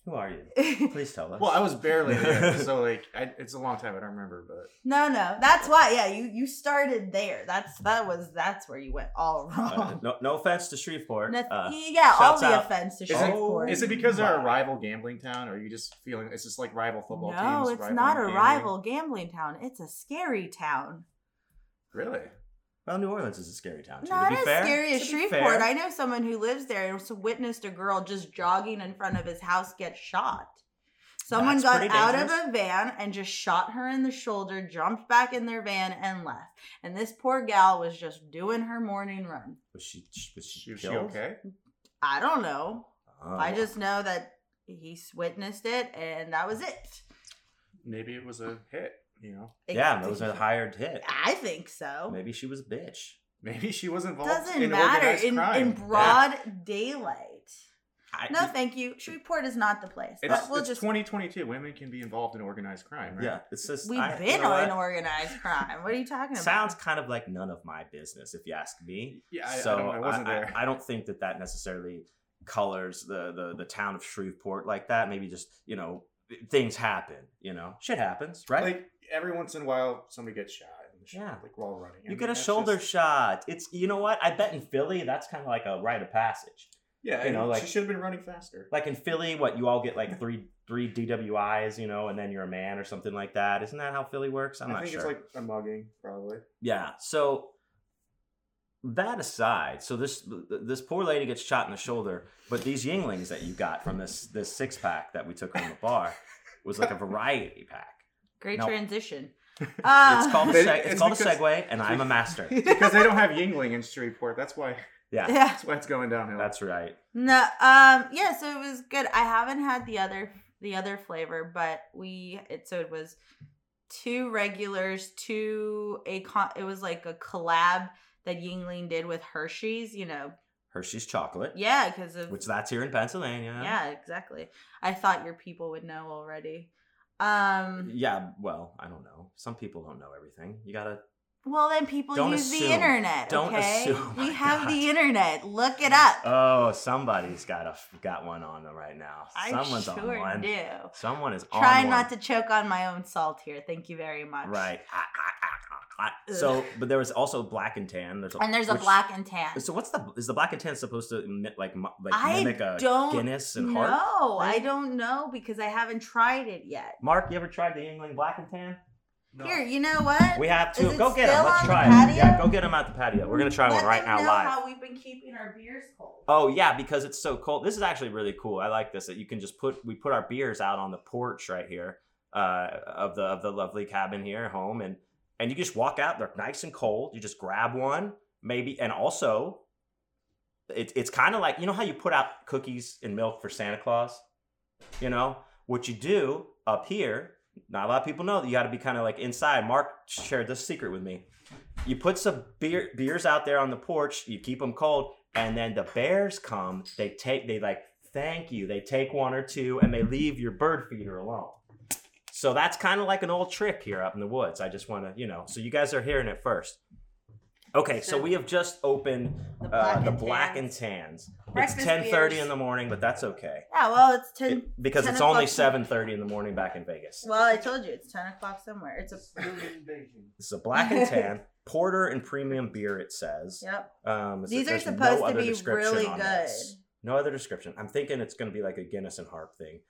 Speaker 1: Who are you? Please tell us.
Speaker 5: Well, I was barely there, so like I, it's a long time. I don't remember, but
Speaker 2: no, no, that's why. Yeah, you you started there. That's that was that's where you went all
Speaker 1: Uh,
Speaker 2: wrong.
Speaker 1: no, no offense to Shreveport.
Speaker 2: Noth-
Speaker 1: uh,
Speaker 2: yeah, all
Speaker 1: shouts
Speaker 2: the
Speaker 1: out.
Speaker 2: offense to
Speaker 5: it-
Speaker 2: Shreveport.
Speaker 5: is it because they're a
Speaker 1: Right.
Speaker 5: rival gambling town, or are you just feeling it's just like rival football
Speaker 2: no,
Speaker 5: teams?
Speaker 2: it's
Speaker 5: rival
Speaker 2: not a
Speaker 5: gambling?
Speaker 2: rival gambling town. It's a scary town.
Speaker 5: Really?
Speaker 1: well, New Orleans is a scary town. Too.
Speaker 2: Not
Speaker 1: to be
Speaker 2: as
Speaker 1: fair,
Speaker 2: scary as
Speaker 1: to be fair,
Speaker 2: Shreveport. I know someone who lives there and s- witnessed a girl just jogging in front of his house get shot. Someone
Speaker 1: That's
Speaker 2: got
Speaker 1: pretty
Speaker 2: out of
Speaker 1: dangerous.
Speaker 2: a van and just shot her in the shoulder, jumped back in their van, and left. And this poor gal was just doing her morning run.
Speaker 1: was she was she,
Speaker 5: She, was she
Speaker 1: killed?
Speaker 5: okay?
Speaker 2: I don't know.
Speaker 1: Oh.
Speaker 2: I just know that he s- witnessed it, and that was it.
Speaker 5: Maybe it was a hit. You know,
Speaker 1: yeah, it was a hired hit.
Speaker 2: I think so.
Speaker 1: Maybe she was a bitch.
Speaker 5: maybe she was involved.
Speaker 2: Doesn't
Speaker 5: in
Speaker 2: matter
Speaker 5: organized
Speaker 2: in,
Speaker 5: crime.
Speaker 2: in broad daylight.
Speaker 1: I,
Speaker 2: No, thank you. Shreveport is not the place.
Speaker 5: It's,
Speaker 2: But we'll
Speaker 5: it's
Speaker 2: just
Speaker 5: 2022. Women can be involved in organized crime, right?
Speaker 1: yeah, it's just
Speaker 2: We've
Speaker 1: I- you
Speaker 2: been
Speaker 1: know
Speaker 2: on
Speaker 1: what?
Speaker 2: organized crime. What are you talking about?
Speaker 1: Sounds kind of like none of my business, if you ask me.
Speaker 5: Yeah, I,
Speaker 1: so
Speaker 5: I, don't, I wasn't
Speaker 1: I-
Speaker 5: there.
Speaker 1: I don't think that that necessarily colors the, the the town of Shreveport like that. Maybe just you know things happen. You know, shit happens, right?
Speaker 5: like every once in a while, somebody gets shot. And shit,
Speaker 1: Yeah.
Speaker 5: like we're all running. I
Speaker 1: you
Speaker 5: mean,
Speaker 1: get a
Speaker 5: that's
Speaker 1: shoulder
Speaker 5: just-
Speaker 1: shot. It's you know what? I bet in Philly that's kind of like a rite of passage.
Speaker 5: yeah,
Speaker 1: you
Speaker 5: you
Speaker 1: know,
Speaker 5: know,
Speaker 1: like-
Speaker 5: she should have been running faster.
Speaker 1: Like in Philly, what you all get like three three DWIs, you know, and then you're a man or something like that. Isn't that how Philly works? I'm
Speaker 5: I
Speaker 1: not
Speaker 5: think
Speaker 1: sure.
Speaker 5: it's like a mugging, probably.
Speaker 1: Yeah. So that aside, so this this poor lady gets shot in the shoulder, but these Yinglings that you got from this this six pack that we took from the bar was like a variety pack.
Speaker 2: Great
Speaker 1: No.
Speaker 2: transition. Uh,
Speaker 1: It's called a
Speaker 5: They-
Speaker 1: seg- it's,
Speaker 5: it's
Speaker 1: called a
Speaker 5: because-
Speaker 1: Segway, and I'm a master.
Speaker 5: Because they don't have Yingling in Shreveport. That's why.
Speaker 1: Yeah,
Speaker 2: yeah.
Speaker 5: That's why it's going downhill.
Speaker 1: that's right.
Speaker 2: No. Um. Yeah. So it was good. I haven't had the other the other flavor, but we it so it was two regulars, two a con. It was like a collab that Yingling did with Hershey's. You know.
Speaker 1: Hershey's chocolate,
Speaker 2: Yeah, because of
Speaker 1: which that's here in Pennsylvania.
Speaker 2: yeah, exactly. I thought your people would know already. Um.
Speaker 1: Yeah. Well, I don't know. Some people don't know everything. You gotta
Speaker 2: Well, then people
Speaker 1: Don't
Speaker 2: use
Speaker 1: assume.
Speaker 2: the internet.
Speaker 1: Don't
Speaker 2: okay?
Speaker 1: assume.
Speaker 2: We
Speaker 1: My
Speaker 2: have
Speaker 1: God.
Speaker 2: the internet. Look it up.
Speaker 1: Oh, somebody's got a got one on them right now. Someone's
Speaker 2: I
Speaker 1: on
Speaker 2: sure
Speaker 1: one.
Speaker 2: do.
Speaker 1: Someone is on
Speaker 2: Try
Speaker 1: one.
Speaker 2: not to choke on my own salt here. Thank you very much.
Speaker 1: Right. Ah, ah, ah, ah, ah. So, but there was also black and tan. There's
Speaker 2: And there's a
Speaker 1: which-
Speaker 2: black and tan.
Speaker 1: So what's the is the black and tan supposed to mi- like mi- like
Speaker 2: I
Speaker 1: mimic a
Speaker 2: don't
Speaker 1: Guinness and
Speaker 2: no,
Speaker 1: heart?
Speaker 2: I
Speaker 1: right?
Speaker 2: don't know because I haven't tried it yet.
Speaker 1: Mark, you ever tried the England black and tan?
Speaker 4: No.
Speaker 2: Here, you know what?
Speaker 1: We have two.
Speaker 2: Is it
Speaker 1: Go get them.
Speaker 2: still
Speaker 1: Let's
Speaker 2: on the
Speaker 1: try it.
Speaker 2: patio?
Speaker 1: Yeah, go get them at the patio. We're gonna try
Speaker 2: Let
Speaker 1: one right
Speaker 2: them
Speaker 1: now
Speaker 2: know
Speaker 1: live.
Speaker 2: How we've been keeping our beers cold.
Speaker 1: Oh yeah, because it's so cold. This is actually really cool. I like this that you can just put we put our beers out on the porch right here uh, of the of the lovely cabin here at home, and and you just walk out. They're nice and cold. You just grab one, maybe, and also it, it's kind of like you know how you put out cookies and milk for Santa Claus. You know what you do up here. Not a lot of people know that you got to be kind of like inside. Mark shared this secret with me. You put some beer beers out there on the porch. You keep them cold, and then the bears come. They take. They like thank you. They take one or two, and they leave your bird feeder alone. So that's kind of like an old trick here up in the woods. I just want to, you know. So you guys are hearing it first. Okay, so
Speaker 2: So-
Speaker 1: we have just opened
Speaker 2: The black,
Speaker 1: uh, the
Speaker 2: and,
Speaker 1: black
Speaker 2: tan.
Speaker 1: and tans.
Speaker 2: Breakfast
Speaker 1: it's ten thirty
Speaker 2: beers.
Speaker 1: in the morning, but that's okay
Speaker 2: Yeah, well, it's ten.
Speaker 1: It- because
Speaker 2: 10
Speaker 1: it's only
Speaker 2: o'clock.
Speaker 1: seven thirty in the morning back in Vegas.
Speaker 2: well, I told you it's ten o'clock somewhere. It's a
Speaker 4: It's still in Beijing.
Speaker 1: This is a black and tan porter and premium beer. It says
Speaker 2: yep.
Speaker 1: um, is that
Speaker 2: These are
Speaker 1: there's no
Speaker 2: supposed to
Speaker 1: other
Speaker 2: be
Speaker 1: description
Speaker 2: really
Speaker 1: on
Speaker 2: good.
Speaker 1: this. No other description. I'm thinking it's going to be like a Guinness and Harp thing.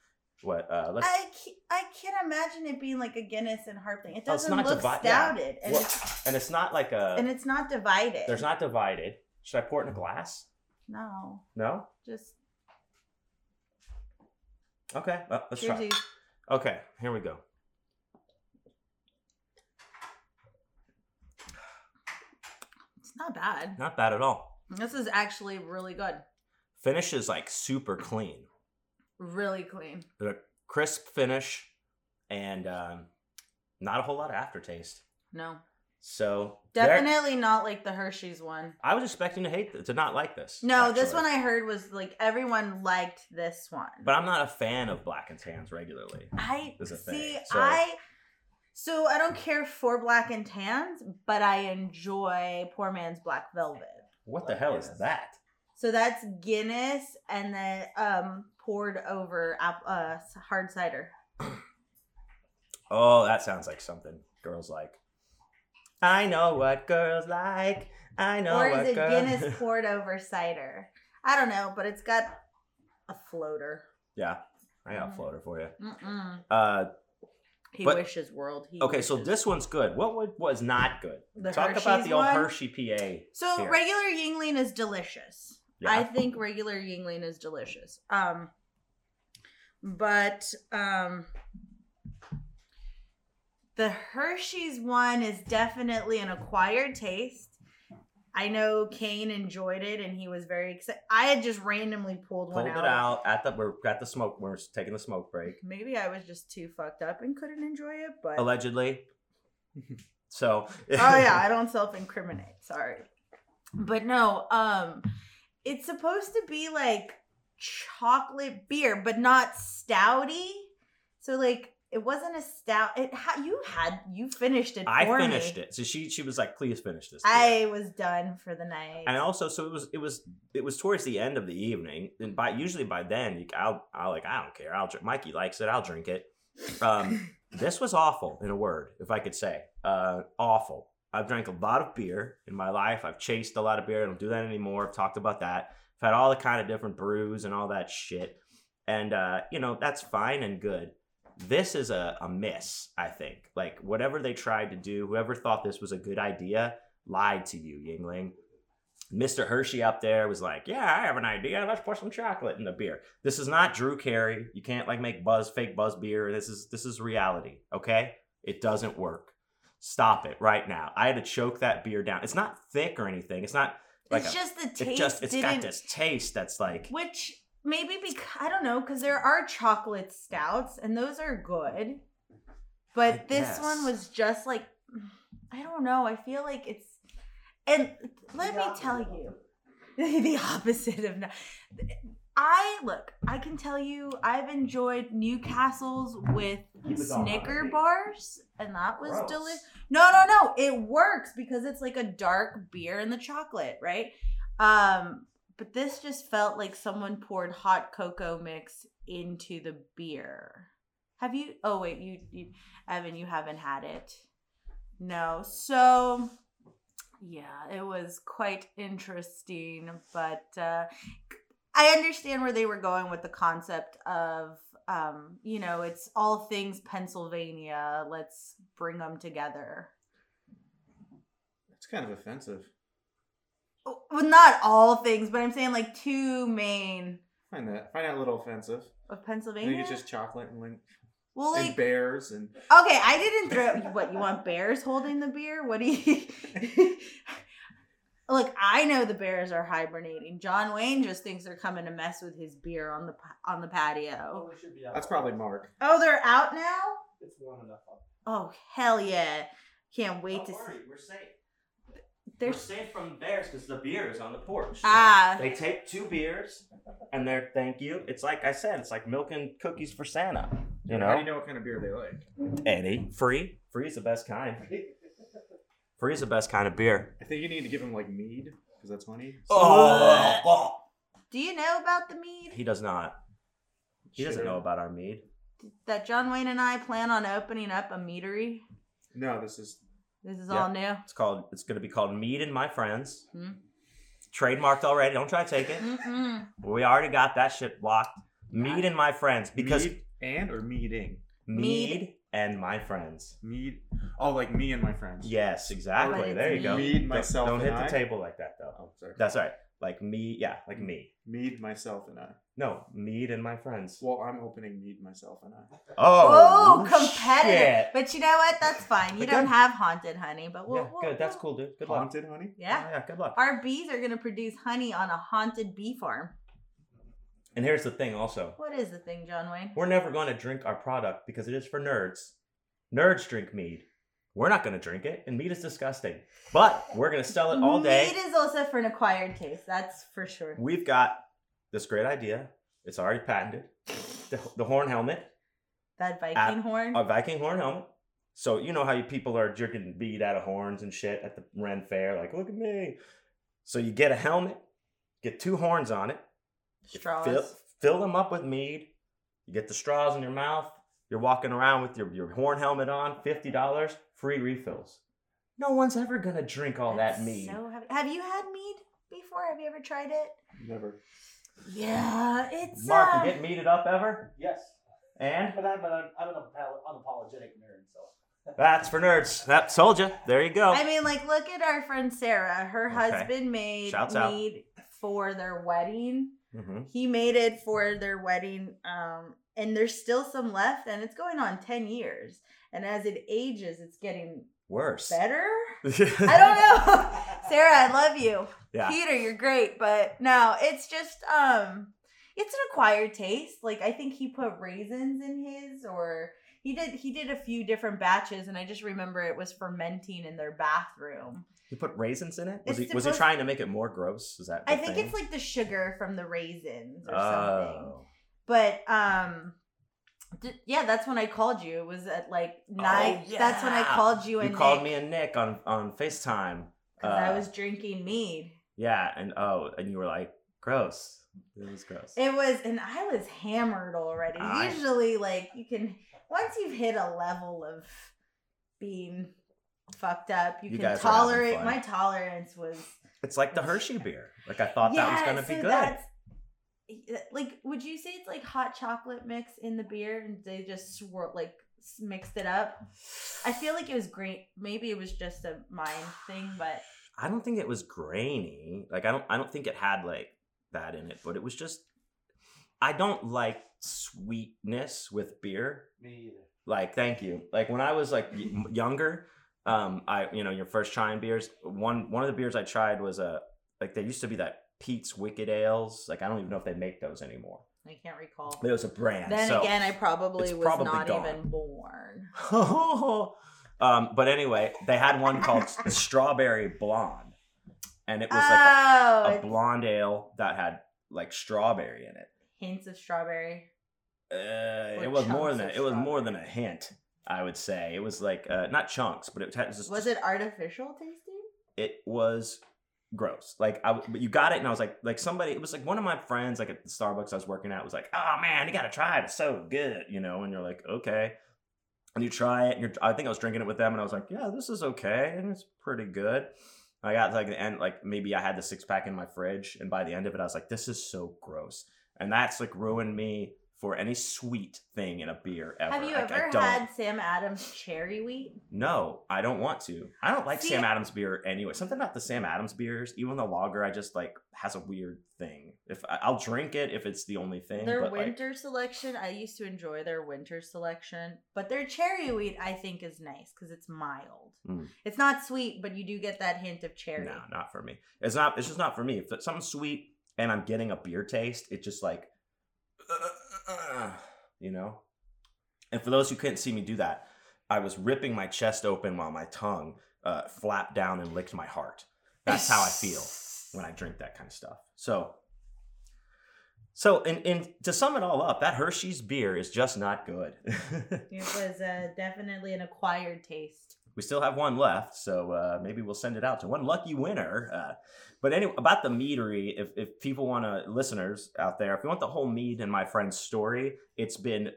Speaker 1: What? Uh, let's.
Speaker 2: I can't, I can't imagine it being like a Guinness and Harp thing. It
Speaker 1: Oh, it's
Speaker 2: doesn't
Speaker 1: not
Speaker 2: look
Speaker 1: divi- yeah.
Speaker 2: stouted, and,
Speaker 1: Well,
Speaker 2: it's,
Speaker 1: and it's not like a.
Speaker 2: and it's not divided.
Speaker 1: there's not divided. Should I pour it in a glass?
Speaker 2: no,
Speaker 1: No.
Speaker 2: just
Speaker 1: Okay. well, let's try.
Speaker 2: cheersy.
Speaker 1: Okay. Here we go.
Speaker 2: It's not bad.
Speaker 1: Not bad at all.
Speaker 2: This is actually really good,
Speaker 1: Finish is like super clean.
Speaker 2: really clean.
Speaker 1: The crisp finish, and um, not a whole lot of aftertaste.
Speaker 2: No,
Speaker 1: So there-
Speaker 2: definitely not like the Hershey's one.
Speaker 1: I was expecting to hate th- to not like this.
Speaker 2: No, this
Speaker 1: actually.
Speaker 2: one I heard was like everyone liked this one.
Speaker 1: But I'm not a fan of black and tans regularly.
Speaker 2: I
Speaker 1: is a thing,
Speaker 2: see.
Speaker 1: so-
Speaker 2: I so I don't care for black and tans, but I enjoy poor man's black velvet.
Speaker 1: What the hell is that?
Speaker 2: So that's Guinness and then um poured over app, uh, hard cider.
Speaker 1: Oh, that sounds like something girls like. I know what girls like. I know
Speaker 2: or
Speaker 1: what
Speaker 2: is it
Speaker 1: girls.
Speaker 2: Guinness poured over cider? I don't know, but it's got a floater.
Speaker 1: yeah, I got a floater for you.
Speaker 2: Mm-mm.
Speaker 1: Uh,
Speaker 2: He
Speaker 1: But-
Speaker 2: wishes world. He
Speaker 1: okay, so
Speaker 2: wishes.
Speaker 1: this one's good. What would, was not good?
Speaker 2: The
Speaker 1: Talk about
Speaker 2: Hershey's
Speaker 1: the old
Speaker 2: one?
Speaker 1: Hershey PA.
Speaker 2: So
Speaker 1: Here.
Speaker 2: regular Yingling is delicious.
Speaker 1: Yeah.
Speaker 2: I think regular Yingling is delicious. Um, but um, the Hershey's one is definitely an acquired taste. I know Kane enjoyed it and he was very excited. I had just randomly pulled
Speaker 1: Pulled
Speaker 2: one
Speaker 1: it out at the we're at the smoke. We're taking the smoke break
Speaker 2: Maybe I was just too fucked up and couldn't enjoy it, but oh
Speaker 1: allegedly. So.
Speaker 2: yeah, I don't self-incriminate. Sorry, but no, um, it's supposed to be like chocolate beer, but not stouty. So like, it wasn't a stout. It ha- you had you finished it.
Speaker 1: I
Speaker 2: for
Speaker 1: finished
Speaker 2: me.
Speaker 1: it. So she she was like, please finish this.
Speaker 2: I was done for the night.
Speaker 1: and also so it was it was it was towards the end of the evening and by usually by then you, I'll, I'll like i don't care i'll drink mikey likes it i'll drink it um this was awful in a word if i could say uh awful i've drank a lot of beer in my life i've chased a lot of beer i don't do that anymore i've talked about that i've had all the kind of different brews and all that shit and uh you know that's fine and good this is a, a miss i think like whatever they tried to do whoever thought this was a good idea lied to you yingling Mr. Hershey up there was like, "Yeah, I have an idea. Let's pour some chocolate in the beer. This is not Drew Carey. You can't like make buzz fake buzz beer. This is this is reality. Okay, it doesn't work. Stop it right now. I had to choke that beer down. It's not thick or anything. It's not like
Speaker 2: it's
Speaker 1: a,
Speaker 2: just the taste
Speaker 1: it just it's
Speaker 2: didn't
Speaker 1: got this taste that's like
Speaker 2: Which maybe because I don't know, because there are chocolate stouts and those are good. But
Speaker 1: I
Speaker 2: this
Speaker 1: guess.
Speaker 2: one was just like I don't know. I feel like it's and let
Speaker 4: The
Speaker 2: me
Speaker 4: opposite
Speaker 2: tell
Speaker 4: of
Speaker 2: you
Speaker 4: it.
Speaker 2: the opposite of no- I look, I can tell you I've enjoyed Newcastle's with
Speaker 4: Keep it on.
Speaker 2: Snicker bars, and that was
Speaker 3: Gross.
Speaker 2: delicious. No, no, no. It works because it's like a dark beer in the chocolate, right? Um, but this just felt like someone poured hot cocoa mix into the beer. Have you? Oh wait, you, you Evan, you haven't had it. No. So yeah, it was quite interesting, but uh I understand where they were going with the concept of um, you know, it's all things Pennsylvania. Let's bring them together.
Speaker 3: It's kind of offensive.
Speaker 2: Well, not all things, but I'm saying like two main
Speaker 3: Find that find that a little offensive.
Speaker 2: of
Speaker 3: I think
Speaker 2: Pennsylvania.
Speaker 3: it's just chocolate and, lin-
Speaker 2: well, like
Speaker 3: and bears and
Speaker 2: Okay, I didn't throw. what you want bears holding the beer? What do you? Look, I know the bears are hibernating. John Wayne just thinks they're coming to mess with his beer on the pa- on the patio.
Speaker 4: Oh, it should be out.
Speaker 3: that's probably Mark.
Speaker 2: Oh, they're out now.
Speaker 4: It's warm enough up.
Speaker 2: Oh hell yeah! Can't wait
Speaker 1: Don't
Speaker 2: to
Speaker 1: worry,
Speaker 2: see.
Speaker 1: we're safe. We're
Speaker 2: There's
Speaker 1: safe from the bears because the beer is on the porch.
Speaker 2: ah.
Speaker 1: They take two beers, and they're thank you. It's like I said, it's like milk and cookies for Santa. You
Speaker 5: How do you
Speaker 1: know,
Speaker 5: know what kind of beer they like?
Speaker 1: Eddie, free, free is the best kind. Free is the best kind of beer.
Speaker 3: I think you need to give him like mead because that's honey.
Speaker 1: Oh,
Speaker 2: Do you know about the mead
Speaker 1: he does not. He doesn't
Speaker 3: Sure.
Speaker 1: know about our mead.
Speaker 2: that John Wayne and I plan on opening up a meadery?
Speaker 3: No, this is
Speaker 2: This is
Speaker 1: Yeah.
Speaker 2: all new.
Speaker 1: It's called. It's going to be called Mead and My Friends.
Speaker 2: Hmm.
Speaker 1: Trademarked already. Don't try to take it.
Speaker 2: Mm-mm.
Speaker 1: We already got that shit blocked. Mead and my friends because mead,
Speaker 5: mead and or meading?
Speaker 2: Mead.
Speaker 1: and my friends.
Speaker 5: Mead. Oh, like me and my friends.
Speaker 1: Yes, exactly.
Speaker 2: it's
Speaker 1: There you go.
Speaker 2: mead.
Speaker 5: Mead,
Speaker 1: Don't-
Speaker 3: myself,
Speaker 1: Don't,
Speaker 3: and
Speaker 1: hit the
Speaker 3: I.
Speaker 1: table like that though.
Speaker 5: Oh, sorry.
Speaker 1: That's all right. Like me, yeah, like me.
Speaker 3: mead myself and I.
Speaker 1: No, mead and my friends.
Speaker 3: Well, I'm opening mead myself and I.
Speaker 2: Oh,
Speaker 1: shit.
Speaker 2: competitive! But you know what? That's fine. You
Speaker 1: But
Speaker 2: don't
Speaker 1: that-
Speaker 2: have haunted honey, but we'll,
Speaker 1: yeah,
Speaker 2: we'll-
Speaker 1: good. That's
Speaker 2: we'll-
Speaker 1: cool, dude. Good luck.
Speaker 3: Haunted honey.
Speaker 2: Yeah.
Speaker 1: yeah, good luck.
Speaker 2: Our bees are going to produce honey on a haunted bee farm.
Speaker 1: And here's the thing, also,
Speaker 2: What is the thing, John Wayne?
Speaker 1: we're never going to drink our product because it is for nerds. Nerds drink mead. We're not going to drink it, and mead is disgusting. But we're going to sell it all day.
Speaker 2: Meat is also for an acquired taste. That's for sure.
Speaker 1: we've got this great idea. It's already patented. The, the horn helmet,
Speaker 2: That Viking
Speaker 1: Ab-
Speaker 2: horn.
Speaker 1: a Viking horn helmet. So you know how you people are drinking bead out of horns and shit at the Ren Fair, like look at me. So you get a helmet, get two horns on it, you
Speaker 2: straws.
Speaker 1: fill, fill them up with mead. You get the straws in your mouth. You're walking around with your, your horn helmet on. Fifty dollars, free refills. No one's ever gonna drink all
Speaker 2: That's
Speaker 1: that mead.
Speaker 2: So heavy. Have you had mead before? Have you ever tried it?
Speaker 3: Never.
Speaker 2: Yeah, it's.
Speaker 1: Mark,
Speaker 2: uh,
Speaker 1: you get meated up ever?
Speaker 4: Yes,
Speaker 1: And
Speaker 4: but I'm an I'm an unapol- unapologetic nerd, so
Speaker 1: that's for nerds. That sold you. There you go.
Speaker 2: I mean, like, look at our friend Sarah. Her
Speaker 1: Okay.
Speaker 2: husband made
Speaker 1: Shouts out.
Speaker 2: mead for their wedding.
Speaker 1: hmm
Speaker 2: He made it for their wedding, um, and there's still some left, and it's going on 10 years. And as it ages, it's getting
Speaker 1: Worse.
Speaker 2: better. I don't know. Sarah, I love you.
Speaker 1: Yeah.
Speaker 2: Peter, you're great, but no, it's just um it's an acquired taste. Like I think he put raisins in his or he did he did a few different batches and I just remember it was fermenting in their bathroom.
Speaker 1: He put raisins in it. Was
Speaker 2: It's
Speaker 1: he was he
Speaker 2: supposed-
Speaker 1: trying to make it more gross? Is that? The
Speaker 2: I think
Speaker 1: thing?
Speaker 2: it's like the sugar from the raisins or something.
Speaker 1: Oh.
Speaker 2: But um d- yeah, that's when I called you. It was at like nine. That's when I
Speaker 1: yeah.
Speaker 2: called you
Speaker 1: You
Speaker 2: and
Speaker 1: called
Speaker 2: Nick
Speaker 1: me and Nick on on Facetime.
Speaker 2: 'cause I
Speaker 1: uh,
Speaker 2: was drinking mead.
Speaker 1: Yeah, and oh, and you were like, gross. It was gross.
Speaker 2: It was, and I was hammered already.
Speaker 1: I-
Speaker 2: Usually, like you can once you've hit a level of being fucked up, you,
Speaker 1: You
Speaker 2: can
Speaker 1: guys were having
Speaker 2: tolerate.
Speaker 1: fun.
Speaker 2: My tolerance was.
Speaker 1: it's like the Hershey beer. Like I thought that was gonna be good.
Speaker 2: that's- uh, like, would you say it's like hot chocolate mix in the beer, and they just swirl like s- mixed it up? I feel like it was great. Maybe it was just a mind thing, but
Speaker 1: I don't think it was grainy. Like I don't I don't think it had like that in it, but it was just I don't like sweetness with beer.
Speaker 4: me either.
Speaker 1: like thank you like when i was like y- younger um i you know your first trying beers one one of the beers i tried was a like there used to be that pete's wicked ales like i don't even know if they make those anymore
Speaker 2: I can't recall.
Speaker 1: there was a brand
Speaker 2: Then
Speaker 1: so
Speaker 2: again, I probably
Speaker 1: it's
Speaker 2: was
Speaker 1: probably
Speaker 2: not
Speaker 1: gone.
Speaker 2: even born.
Speaker 1: um but anyway they had one called strawberry blonde and it was like a-
Speaker 2: oh,
Speaker 1: a,
Speaker 2: it's-
Speaker 1: blonde ale that had like strawberry in it.
Speaker 2: Hints of strawberry.
Speaker 1: Uh,
Speaker 2: Or
Speaker 1: it was more
Speaker 2: chunks
Speaker 1: than that.
Speaker 2: of
Speaker 1: It was more than a hint. I would say it was like uh, not chunks, but it was just,
Speaker 2: Was it artificial tasting?
Speaker 1: it was gross. Like I, but you got it, and I was like, like somebody. It was like one of my friends, like at the Starbucks I was working at, was like, "Oh man, you gotta try it. It's so good," you know. And you're like, "Okay," and you try it, and you're. I think I was drinking it with them, and I was like, "Yeah, this is okay, and it's pretty good." I got to like the end, like maybe I had the six pack in my fridge, and by the end of it, I was like, "This is so gross," and that's like ruined me for any sweet thing in a beer ever.
Speaker 2: Have you
Speaker 1: Like, I
Speaker 2: ever
Speaker 1: don't-
Speaker 2: had Sam Adams cherry wheat?
Speaker 1: no, I don't want to. I don't like
Speaker 2: See,
Speaker 1: Sam Adams beer anyway. Something about the Sam Adams beers, even the lager, I just like has a weird thing. If I- I'll drink it if it's the only thing,
Speaker 2: Their
Speaker 1: but like,
Speaker 2: winter selection, I used to enjoy their winter selection, but their cherry wheat I think is nice because it's mild.
Speaker 1: Mm.
Speaker 2: It's not sweet, but you do get that hint of cherry.
Speaker 1: no, not for me. It's not. It's just not for me. If it's something sweet and I'm getting a beer taste, it's just like, you know. And for those who couldn't see me do that, I was ripping my chest open while my tongue uh, flapped down and licked my heart. That's how I feel. when I drink that kind of stuff. So, so and, and to sum it all up, that Hershey's beer is just not good.
Speaker 2: It was uh, definitely an acquired taste.
Speaker 1: we still have one left, so uh, maybe we'll send it out to one lucky winner. Uh, but anyway, about the meadery, if, if people want to, listeners out there, if you want the whole mead and my friend's story, it's been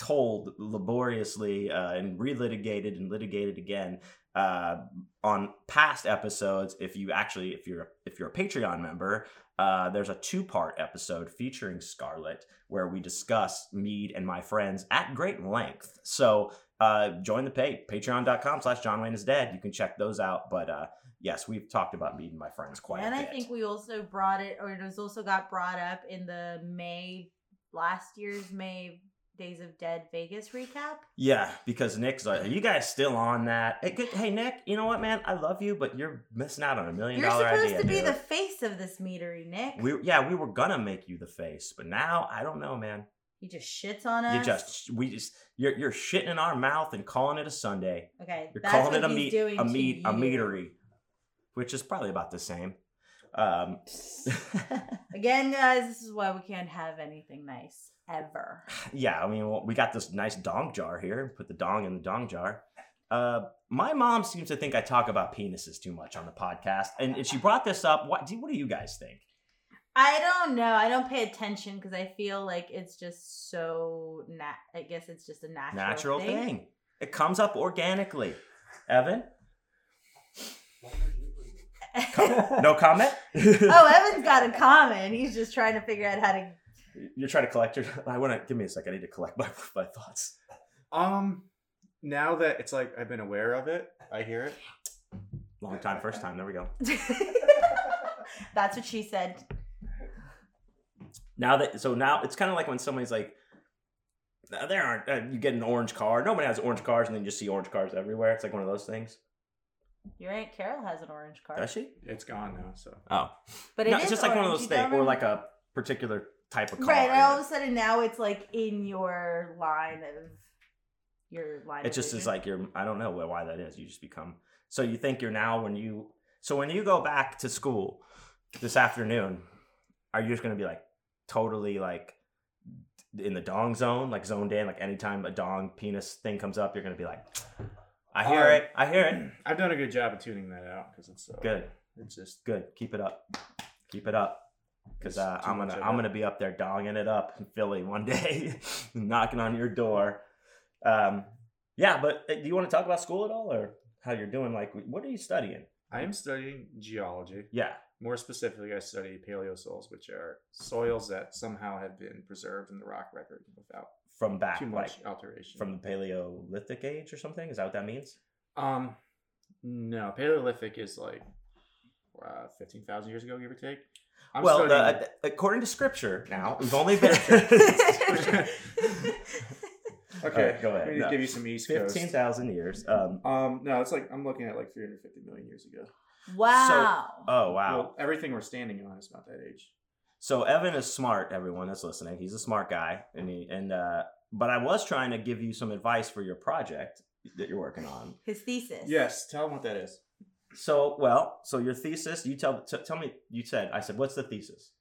Speaker 1: told laboriously uh, and relitigated and litigated again uh, on past episodes. If you actually, if you're if you're a Patreon member, uh, there's a two part episode featuring Scarlet where we discuss mead and my friends at great length. So uh, join the pay patreon.com slash John Wayne is dead. You can check those out, but. Uh, Yes, we've talked about mead and my friends quite
Speaker 2: and
Speaker 1: a
Speaker 2: I
Speaker 1: bit.
Speaker 2: think we also brought it, or it was also got brought up in the May, last year's May Days of Dead Vegas recap.
Speaker 1: Yeah, because Nick's like, are you guys still on that? Hey, good, hey, Nick, you know what, man? I love you, but you're missing out on a million
Speaker 2: You're
Speaker 1: dollar idea.
Speaker 2: supposed to be
Speaker 1: dude.
Speaker 2: the face of this meadery, Nick.
Speaker 1: We, yeah, we were gonna make you the face, but now I don't know, man.
Speaker 2: you just shits on us.
Speaker 1: You just, we just, you're, you're shitting in our mouth and calling it a Sunday.
Speaker 2: okay.
Speaker 1: You're
Speaker 2: that's
Speaker 1: calling
Speaker 2: what
Speaker 1: it a
Speaker 2: he's
Speaker 1: meat,
Speaker 2: doing
Speaker 1: a
Speaker 2: to
Speaker 1: meat, a
Speaker 2: you.
Speaker 1: meatery, which is probably about the same. Um,
Speaker 2: Again, guys, this is why we can't have anything nice ever.
Speaker 1: yeah, I mean, well, we got this nice dong jar here. Put the dong in the dong jar. Uh, my mom seems to think I talk about penises too much on the podcast, and, and she brought this up. What do, what do you guys think?
Speaker 2: I don't know. I don't pay attention because I feel like it's just so nat. I guess it's just a natural,
Speaker 1: Natural thing. It comes up organically. Evan, no comment.
Speaker 2: oh, Evan's got a comment. He's just trying to figure out how to.
Speaker 1: You're trying to collect your. I want to give me a second. I need to collect my my thoughts.
Speaker 5: Um, now that it's like I've been aware of it, I hear it.
Speaker 1: Long time, first time. There we go.
Speaker 2: That's what she said.
Speaker 1: Now that so now it's kind of like when somebody's like, "Uh, there aren't. Uh, you get an orange car. Nobody has orange cars, and then you just see orange cars everywhere. It's like one of those things.
Speaker 2: Your aunt Carol has an orange card.
Speaker 1: Does she?
Speaker 5: It's gone now, so
Speaker 1: Oh,
Speaker 2: But it
Speaker 1: No,
Speaker 2: is
Speaker 1: it's just like one of
Speaker 2: orange.
Speaker 1: those
Speaker 2: You don't
Speaker 1: things, or
Speaker 2: remember-
Speaker 1: like a particular type of car.
Speaker 2: Right, and all of a sudden now it's like in your line of your line.
Speaker 1: it
Speaker 2: of
Speaker 1: just is
Speaker 2: vision.
Speaker 1: like you're. I don't know why that is. You just become. So you think you're now when you. So when you go back to school this afternoon, are you just gonna be like totally like in the dong zone, like zoned in? Like anytime a dong penis thing comes up, you're gonna be like, I hear
Speaker 5: Um,
Speaker 1: it, I hear it.
Speaker 5: I've done a good job of tuning that out because it's so
Speaker 1: Good,
Speaker 5: It's just
Speaker 1: good. Keep it up, keep it up. Because
Speaker 5: There's
Speaker 1: uh,
Speaker 5: too
Speaker 1: I'm
Speaker 5: much
Speaker 1: gonna
Speaker 5: of
Speaker 1: I'm
Speaker 5: it.
Speaker 1: gonna be up there donging it up in Philly one day, knocking on your door. Um, yeah, but uh, do you want to talk about school at all, or how you're doing? Like, what are you studying?
Speaker 5: I am studying geology.
Speaker 1: Yeah,
Speaker 5: More specifically, I study paleosols, which are soils that somehow have been preserved in the rock record without
Speaker 1: from back
Speaker 5: too
Speaker 1: Ah, like
Speaker 5: much alteration.
Speaker 1: from the Paleolithic age or something. Is that what that means?
Speaker 5: um, no, Paleolithic is like uh, fifteen thousand years ago, give or take. I'm
Speaker 1: well,
Speaker 5: studying,
Speaker 1: uh, according to scripture, now we've only been
Speaker 5: okay,
Speaker 1: alright, go ahead.
Speaker 5: Let me
Speaker 1: No.
Speaker 5: give you some East Coast.
Speaker 1: fifteen thousand years. Um,
Speaker 5: Um, no, it's like I'm looking at like 350 million years ago.
Speaker 2: wow.
Speaker 1: oh wow.
Speaker 5: Well, everything we're standing on is about that age.
Speaker 1: So Evan is smart. Everyone that's listening, he's a smart guy, and he, and uh, but I was trying to give you some advice for your project that you're working on.
Speaker 2: His thesis.
Speaker 5: Yes, tell them what that is.
Speaker 1: So well, so your thesis, you tell t- tell me. You said I said, what's the thesis?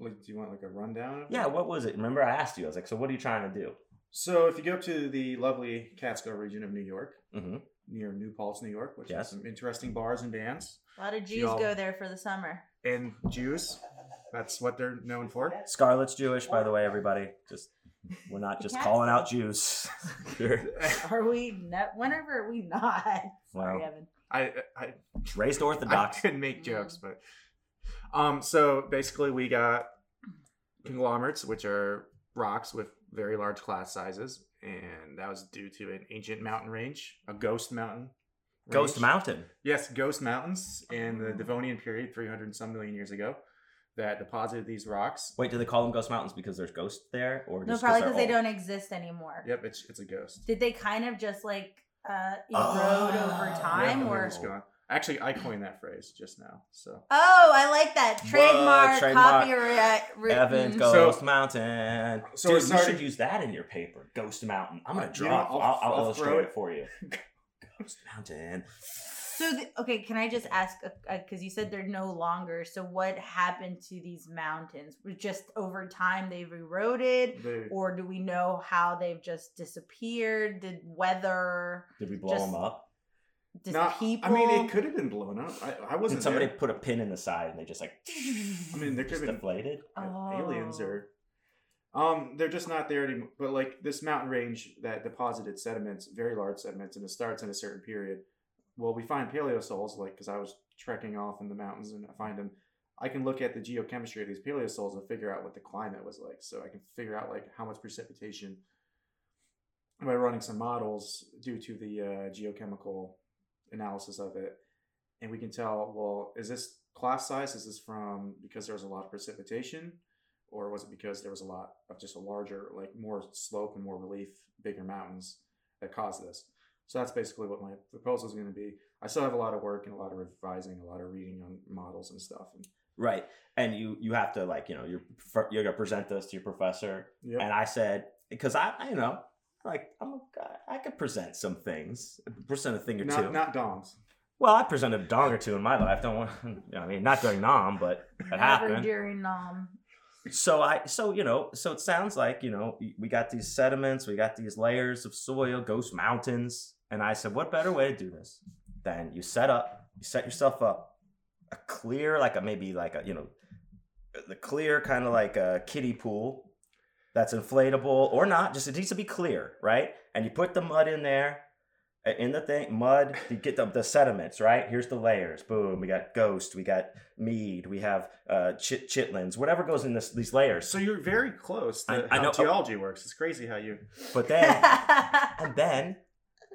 Speaker 3: Like, do you want like a rundown? of it?
Speaker 1: Yeah, what was it? Remember, I asked you. I was like, so what are you trying to do?
Speaker 3: So if you go to the lovely Catskill region of New York,
Speaker 1: hmm
Speaker 3: near New Paltz, New York, which
Speaker 1: Yes.
Speaker 3: has some interesting bars and bands
Speaker 2: A lot of
Speaker 3: She
Speaker 2: Jews
Speaker 3: all-
Speaker 2: go there for the summer.
Speaker 3: and Jews. That's what they're known for.
Speaker 1: Scarlet's Jewish, by the way, everybody. Just we're not just calling out Jews. You're-
Speaker 2: Are we? Ne- whenever are we not? Sorry,
Speaker 1: Wow.
Speaker 2: Evan.
Speaker 3: I I,
Speaker 1: raised
Speaker 3: I
Speaker 1: Orthodox.
Speaker 3: couldn't
Speaker 2: Mm.
Speaker 3: make jokes, but um. So basically, we got conglomerates, which are rocks with very large class sizes, and that was due to an ancient mountain range, a ghost mountain.
Speaker 1: Ghost
Speaker 3: range.
Speaker 1: Mountain.
Speaker 3: Yes, Ghost Mountains in
Speaker 2: Oh.
Speaker 3: the Devonian period, 300 and some million years ago, that deposited these rocks.
Speaker 1: Wait, do they call them Ghost Mountains because there's ghosts there, or
Speaker 2: No,
Speaker 1: just
Speaker 2: probably
Speaker 1: they're
Speaker 2: because they
Speaker 1: old?
Speaker 2: don't exist anymore.
Speaker 3: Yep, it's, it's a ghost.
Speaker 2: Did they kind of just like uh, erode
Speaker 1: Oh.
Speaker 2: over
Speaker 3: Yeah,
Speaker 2: time,
Speaker 3: and they're
Speaker 2: or?
Speaker 3: just gone. Actually, I coined that phrase just now. So
Speaker 2: Oh, I like that
Speaker 1: Whoa,
Speaker 2: trademark,
Speaker 1: trademark.
Speaker 2: copyright. mm. Written.
Speaker 1: Evan
Speaker 3: go-
Speaker 1: Ghost
Speaker 3: So-
Speaker 1: Mountain.
Speaker 3: so
Speaker 1: Dude,
Speaker 3: it
Speaker 1: you should
Speaker 3: started-
Speaker 1: use that in your paper. Ghost Mountain. I'm gonna
Speaker 3: You
Speaker 1: draw.
Speaker 3: know,
Speaker 1: it. I'll,
Speaker 3: I'll-
Speaker 1: I'll,
Speaker 3: I'll
Speaker 1: illustrate
Speaker 3: throw
Speaker 1: it.
Speaker 3: it.
Speaker 1: for you. Ghost Mountain.
Speaker 2: So th- okay, can I just ask? Because you said they're no longer. So what happened to these mountains? Was Just over time they've eroded,
Speaker 3: they,
Speaker 2: or do we know how they've just disappeared? Did weather?
Speaker 1: Did we blow
Speaker 2: Just
Speaker 1: them up?
Speaker 2: Did
Speaker 3: Nah,
Speaker 2: people?
Speaker 3: I mean, it could have been blown up. I, I wasn't
Speaker 1: Did somebody
Speaker 3: there.
Speaker 1: put a pin in the side and they just like?
Speaker 3: I mean, there could
Speaker 1: just
Speaker 3: have been-
Speaker 1: deflated.
Speaker 2: Oh.
Speaker 3: uh, aliens or um they're just not there anymore but like this mountain range that deposited sediments very large sediments and it starts in a certain period well we find paleo sols like because i was trekking off in the mountains and i find them i can look at the geochemistry of these paleo sols and figure out what the climate was like so i can figure out like how much precipitation by running some models due to the uh, geochemical analysis of it and we can tell well is this class size is this from because there was a lot of precipitation or was it because there was a lot of just a larger like more slope and more relief bigger mountains that caused this so that's basically what my proposal is going to be i still have a lot of work and a lot of revising a lot of reading on models and stuff and
Speaker 1: Right, and you you have to like you know you're you're gonna present this to your professor,
Speaker 3: yeah
Speaker 1: and I said because I, I you know like I'm a, I could present some things, present a thing or two.
Speaker 3: not, not dongs
Speaker 1: Well, I presented a dong or two in my life. Don't want, I mean, not during Nom, but it
Speaker 2: Never
Speaker 1: happened.
Speaker 2: during um.
Speaker 1: So I, so you know, so it sounds like you know we got these sediments, we got these layers of soil, ghost mountains, and I said, what better way to do this than you set up, you set yourself up a clear, like a maybe like a you know, the clear kind of like a kiddie pool that's inflatable or not, just it needs to be clear, right? And you put the mud in there, uh, in the thing, mud, you get the, the sediments, right? Here's the layers. Boom, we got ghost, we got mead, we have uh, chit- chitlins, whatever goes in this, these layers.
Speaker 3: so you're very close to
Speaker 1: I- I
Speaker 3: how
Speaker 1: know-
Speaker 3: geology works it's crazy how you
Speaker 1: But then,
Speaker 2: yeah,
Speaker 1: and then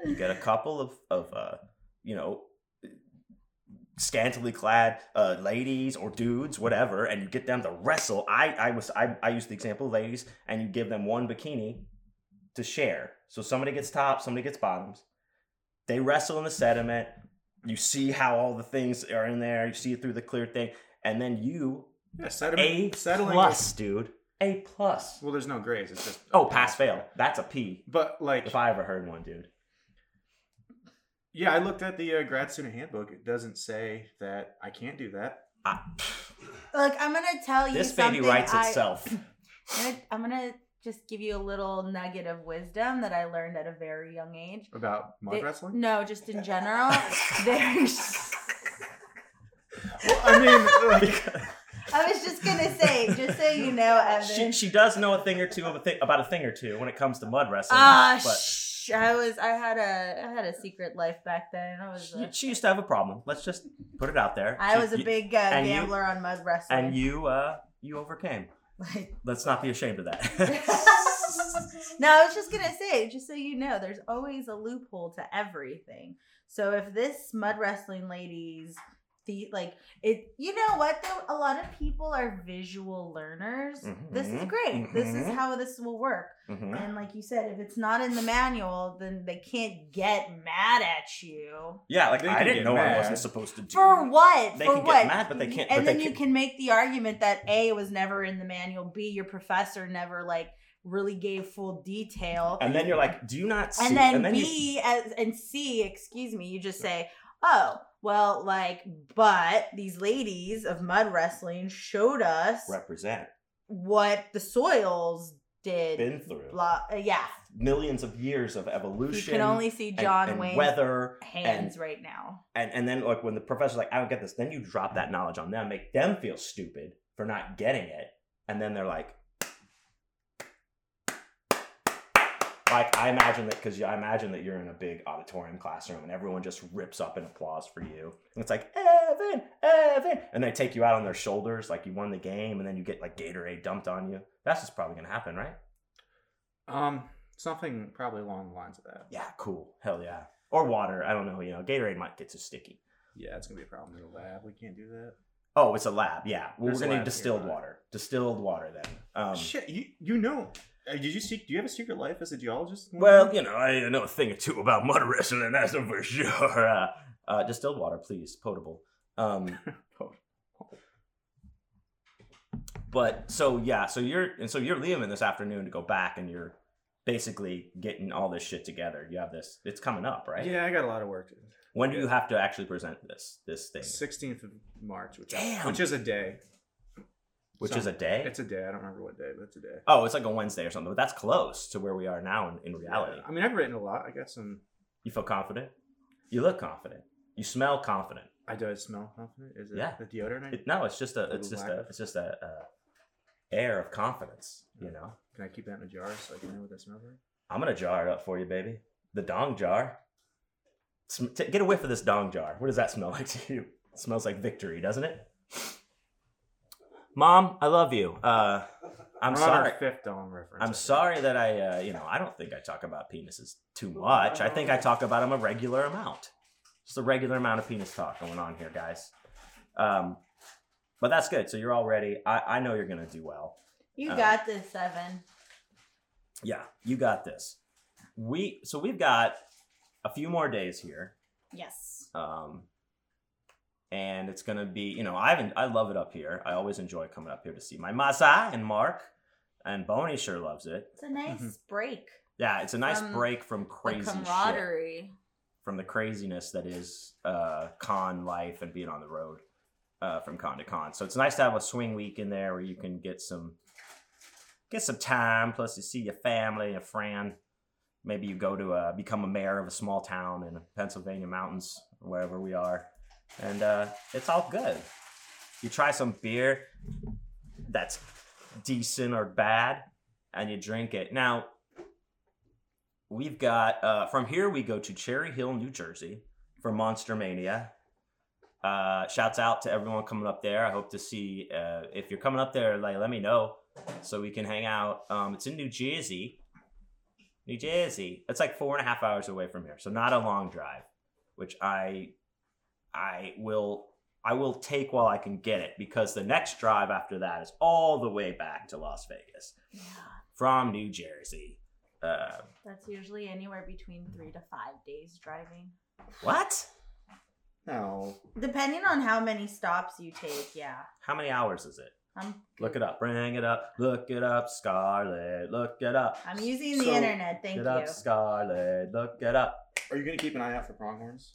Speaker 1: you get a couple of, of uh, you know, scantily clad uh, ladies or dudes, whatever, and you get them to wrestle. I, I was I, I used the example of ladies, and you give them one bikini to share. So somebody gets top, somebody gets bottoms. They wrestle in the sediment. You see how all the things are in there. You see it through the clear thing, and then you
Speaker 3: yeah
Speaker 1: a
Speaker 3: sediment settling
Speaker 1: plus, dude, a plus.
Speaker 3: well there's no grades it's just
Speaker 1: Oh, pass fail. That's a P.
Speaker 3: but like
Speaker 1: If I ever heard one, dude.
Speaker 3: yeah i looked at the uh, grad student handbook it doesn't say that i can't do that
Speaker 2: Look, I'm gonna tell you
Speaker 1: This
Speaker 2: something.
Speaker 1: baby writes
Speaker 2: I-
Speaker 1: itself.
Speaker 2: I'm gonna, I'm gonna just give you a little nugget of wisdom that I learned at a very young age.
Speaker 3: about mud
Speaker 2: They-
Speaker 3: wrestling
Speaker 2: No, just in general. There's.
Speaker 3: Well, i mean like,
Speaker 2: I was just gonna say, just so you know,
Speaker 1: she,
Speaker 2: Evan.
Speaker 1: she does know a thing or two of a thing, about a thing or two when it comes to mud wrestling.
Speaker 2: Ah,
Speaker 1: but
Speaker 2: shh. I was. I had a. I had a secret life back then. I was.
Speaker 1: she,
Speaker 2: A,
Speaker 1: she used to have a problem. Let's just put it out there.
Speaker 2: I
Speaker 1: She-
Speaker 2: was a
Speaker 1: you-
Speaker 2: big uh,
Speaker 1: and you-
Speaker 2: gambler on mud wrestling.
Speaker 1: and you uh you overcame. Let's not be ashamed of that.
Speaker 2: no, I was just gonna say, just so you know, there's always a loophole to everything. So if this mud wrestling ladies, the like it, you know what though, a lot of people are visual learners. This is
Speaker 1: Mhm,
Speaker 2: great. This is
Speaker 1: mhm.
Speaker 2: how this will work.
Speaker 1: Mhm.
Speaker 2: And like you said, if it's not in the manual, then they can't get mad at you.
Speaker 1: Yeah, like
Speaker 3: They
Speaker 1: I
Speaker 3: can
Speaker 1: didn't
Speaker 3: get
Speaker 1: know I
Speaker 3: mad.
Speaker 1: wasn't supposed to do.
Speaker 2: For what?
Speaker 1: They
Speaker 2: For
Speaker 1: can get
Speaker 2: what?
Speaker 1: mad, but they can't- but
Speaker 2: And
Speaker 1: they
Speaker 2: then you
Speaker 1: can-
Speaker 2: can make the argument that A it was never in the manual. B your professor never like really gave full detail.
Speaker 1: And then you're like, do you not see?
Speaker 2: and then
Speaker 1: you-
Speaker 2: B as, and C, excuse me, you just say, oh, Well, like, but these ladies of mud wrestling showed us
Speaker 1: Represent
Speaker 2: what the soils did.
Speaker 1: Been through.
Speaker 2: Blah, uh, yeah.
Speaker 1: millions of years of
Speaker 2: You
Speaker 1: evolution.
Speaker 2: can only see
Speaker 1: and-
Speaker 2: John
Speaker 1: and
Speaker 2: Wayne's
Speaker 1: weather
Speaker 2: hands
Speaker 1: and-
Speaker 2: right now.
Speaker 1: and and then like when the professor's like, I don't get this, then you drop that knowledge on them, make them feel stupid for not getting it, and then they're like, like I imagine that because I imagine that you're in a big auditorium classroom and everyone just rips up in applause for you, and it's like Evan, Evan, and they take you out on their shoulders like you won the game, and then you get like Gatorade dumped on you. That's just probably gonna happen, right?
Speaker 5: Um, something probably along the lines of that.
Speaker 1: Yeah, cool, hell yeah, or water. I don't know, you know, Gatorade might get too sticky.
Speaker 5: Yeah, it's gonna be a problem in the lab. We can't do that.
Speaker 1: Oh, it's a lab. Yeah, well,
Speaker 5: There's
Speaker 1: we're
Speaker 5: a
Speaker 1: gonna
Speaker 5: lab
Speaker 1: need distilled
Speaker 5: nearby.
Speaker 1: water. Distilled water then. Um,
Speaker 5: Shit, you you know? Uh, did you seek? Do you have a secret life as a geologist?
Speaker 1: Well, you know, I know a thing or two about mud wrestling. That's for sure. Uh, uh, distilled water, please, potable. Um, but so yeah, so you're and so you're leaving this afternoon to go back, and you're basically getting all this shit together. You have this. It's coming up, right?
Speaker 5: yeah, I got a lot of work. to do.
Speaker 1: When do you have to actually present this this thing,
Speaker 5: 16th of March, which,
Speaker 1: Damn.
Speaker 5: which is a day.
Speaker 1: which
Speaker 5: So-
Speaker 1: is a day?
Speaker 5: It's a day. I don't remember what day, but it's a day.
Speaker 1: oh, it's like a Wednesday or something. But that's close to where we are now in, in reality.
Speaker 5: I mean, I've written a lot. I got some.
Speaker 1: You feel confident. You look confident. You smell confident.
Speaker 5: I do I smell confident. Is it
Speaker 1: Yeah.
Speaker 5: the deodorant? I
Speaker 1: It, no, it's just a,
Speaker 5: Little
Speaker 1: it's just
Speaker 5: black.
Speaker 1: a, it's just a, uh air of confidence. You know,
Speaker 5: Can I keep that in a jar so I can know what that smells like?
Speaker 1: I'm gonna jar it up for you, baby. The dong jar. Sm- t- get a whiff of this dong jar. What does that smell like to you? It smells like victory, doesn't it? Mom, I love you. Uh, I'm
Speaker 5: We're on our
Speaker 1: sorry.
Speaker 5: Fifth Dom reference. I
Speaker 1: I'm
Speaker 5: think.
Speaker 1: sorry that I, uh, you know, I don't think I talk about penises too much. I think I talk about them a regular amount. Just a regular amount of penis talk going on here, guys. Um, but that's good. So you're all ready. I, I know you're gonna do well.
Speaker 2: You
Speaker 1: Um,
Speaker 2: got this, Seven.
Speaker 1: Yeah, you got this. We so we've got a few more days here,
Speaker 2: Yes.
Speaker 1: um, and it's gonna be you know I haven't I love it up here. I always enjoy coming up here to see my Masa and Mark, and Boney sure loves it.
Speaker 2: It's a nice break.
Speaker 1: Yeah, it's a nice
Speaker 2: From
Speaker 1: break from
Speaker 2: The
Speaker 1: Mm-hmm. crazy shit.
Speaker 2: camaraderie.
Speaker 1: from the craziness that is uh, con life and being on the road uh, from con to con. So it's nice to have a swing week in there where you can get some get some time. Plus, you see your family, your friend. Maybe you go to uh, become a mayor of a small town in the Pennsylvania mountains or wherever we are, and uh, it's all good. You try some beer that's decent or bad, and you drink it. Now, we've got uh, from here we go to Cherry Hill, New Jersey for Monster Mania. Uh, shouts out to everyone coming up there. I hope to see uh, if you're coming up there. Like, let me know so we can hang out. Um, it's in New Jersey, New Jersey. It's like four and a half hours away from here, so not a long drive, which I, I will. I will take while I can get it because the next drive after that is all the way back to Las Vegas
Speaker 2: Yeah.
Speaker 1: from New Jersey. Uh,
Speaker 2: That's usually anywhere between three to five days driving.
Speaker 1: what?
Speaker 5: No.
Speaker 2: Depending on how many stops you take, yeah.
Speaker 1: How many hours is it?
Speaker 2: I'm
Speaker 1: Look it up. Bring it up. Look it up, Scarlet. Look it up.
Speaker 2: I'm using the
Speaker 3: So,
Speaker 2: internet, thank
Speaker 1: Look
Speaker 2: you.
Speaker 1: it up, Scarlet. Look it up.
Speaker 3: Are you gonna keep an eye out for pronghorns?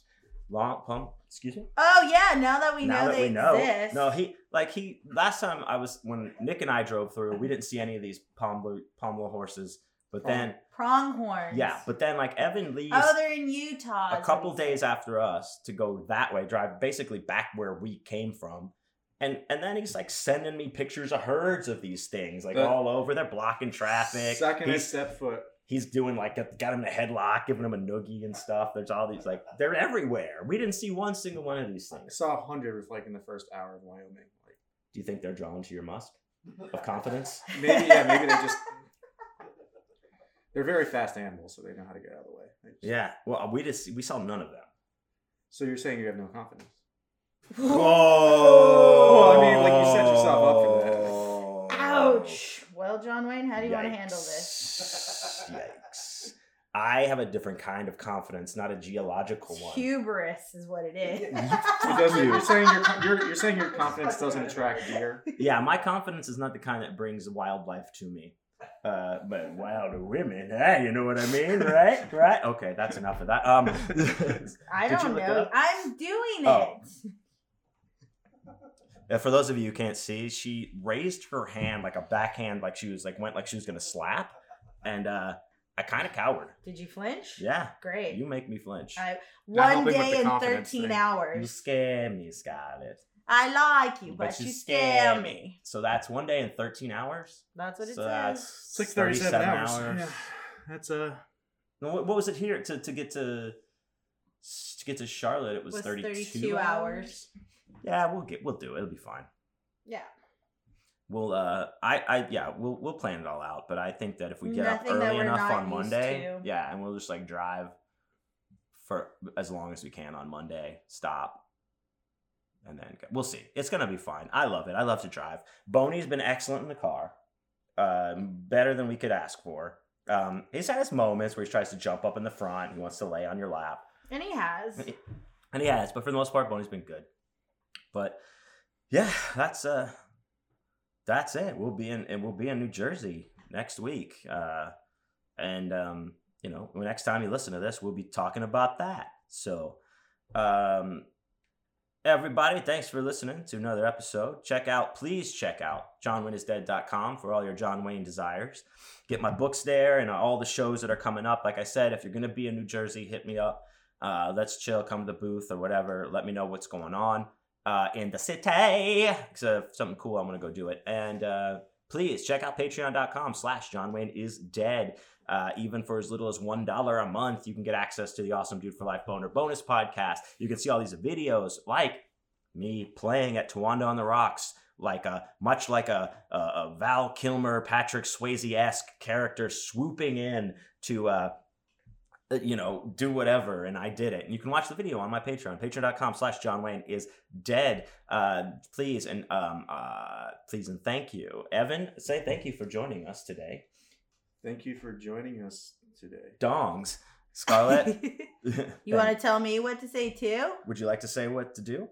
Speaker 1: Long pump. Excuse me.
Speaker 2: Oh yeah, now that we know they exist.
Speaker 1: No, he like he last time I was when Nick and I drove through, we didn't see any of these palm blue palm blue horses. But then
Speaker 2: pronghorns.
Speaker 1: yeah, but then like Evan leaves
Speaker 2: oh, they're in Utah.
Speaker 1: a couple days after us to go that way, drive basically back where we came from. And and then he's like sending me pictures of herds of these things, like
Speaker 5: The-
Speaker 1: all over. They're blocking traffic.
Speaker 3: Second, I
Speaker 1: He's-
Speaker 3: step foot.
Speaker 1: he's doing like got him in a headlock, giving him a noogie and stuff. There's all these like they're everywhere. We didn't see one single one of these
Speaker 3: I
Speaker 1: things.
Speaker 3: saw a hundred like in the first hour of Wyoming. Like
Speaker 1: Do you think they're drawn to your musk of confidence?
Speaker 3: maybe, yeah, maybe they just they're very fast animals, so they know how to get out of the way. They just-
Speaker 1: Yeah. Well, we just we saw none of them.
Speaker 3: So you're saying you have no confidence?
Speaker 1: Oh,
Speaker 3: I mean, like, you set yourself up for
Speaker 1: that.
Speaker 2: Ouch. Well, John Wayne, how do you want to handle this?
Speaker 1: Yikes! I have a different kind of confidence, not a geological
Speaker 2: It's
Speaker 1: one.
Speaker 2: Hubris is what it is.
Speaker 3: It doesn't. You're saying your you're, you're saying your confidence doesn't attract deer.
Speaker 1: Yeah, my confidence is not the kind that brings wildlife to me. Uh, but wilder women, hey, you know what I mean, right? Right? Okay, that's enough of that. Um,
Speaker 2: I
Speaker 1: Did you
Speaker 2: don't
Speaker 1: look it
Speaker 2: know.
Speaker 1: up?
Speaker 2: I'm doing
Speaker 1: Oh.
Speaker 2: it.
Speaker 1: and for those of you who can't see, she raised her hand like a backhand, like she was like went like she was gonna slap, and uh, I kind of cowered.
Speaker 2: Did you flinch?
Speaker 1: Yeah,
Speaker 2: Great.
Speaker 1: you make me flinch.
Speaker 2: I-
Speaker 5: Not
Speaker 2: One
Speaker 5: helping with the
Speaker 2: day in
Speaker 5: confidence
Speaker 2: 13
Speaker 5: thing.
Speaker 1: You
Speaker 2: hours.
Speaker 1: scare me, Scarlet.
Speaker 2: I like you,
Speaker 1: But
Speaker 2: but,
Speaker 1: you
Speaker 2: you
Speaker 1: scare me.
Speaker 2: scare me.
Speaker 1: So that's one day in 13 hours.
Speaker 2: That's what it
Speaker 1: so
Speaker 2: says.
Speaker 1: That's
Speaker 3: It's like 37, hours. Yeah, that's uh,
Speaker 1: No, what, what was it here to, to get to to get to Charlotte? It was,
Speaker 2: Was
Speaker 1: 32,
Speaker 2: 32
Speaker 1: hours. Yeah, we'll get we'll do it. It'll be fine.
Speaker 2: Yeah.
Speaker 1: We'll uh I I yeah, we'll we'll plan it all out, but I think that if we get up
Speaker 2: Nothing that
Speaker 1: early
Speaker 2: we're
Speaker 1: enough
Speaker 2: not
Speaker 1: on
Speaker 2: used
Speaker 1: Monday,
Speaker 2: to.
Speaker 1: yeah, and we'll just like drive for as long as we can on Monday, stop. And then go. we'll see. It's gonna be fine. I love it. I love to drive. Boney's been excellent in the car, um, better than we could ask for. Um, he's had his moments where he tries to jump up in the front. He wants to lay on your lap.
Speaker 2: And he has.
Speaker 1: And he has, but for the most part, Boney's been good. But yeah, that's uh that's it. We'll be in and we'll be in New Jersey next week. Uh and um, you know, the next time you listen to this, we'll be talking about that. So um everybody, thanks for listening to another episode. Check out, please check out johnwayneisdead.com for all your John Wayne desires. Get my books there and all the shows that are coming up. Like I said, if you're gonna be in New Jersey, hit me up uh, let's chill, come to the booth or whatever. Let me know what's going on uh, in the city. So if something cool, I'm gonna go do it. And uh, please check out patreon.com slash John Wayne is dead. Uh, even for as little as one dollar a month, you can get access to the Awesome Dude for Life Boner bonus podcast. You can see all these videos, like me playing at Tawanda on the Rocks, like a much like a, a, a Val Kilmer, Patrick Swayze esque character swooping in to uh, uh, you know, do whatever, and I did it. And you can watch the video on my Patreon, patreon.com slash John Wayne is dead. Uh, please and um, uh, please and thank you. Evan, say thank you for joining us today.
Speaker 3: thank you for joining us today.
Speaker 1: Dongs. Scarlett.
Speaker 2: you want to tell me what to say too?
Speaker 1: Would you like to say what to do?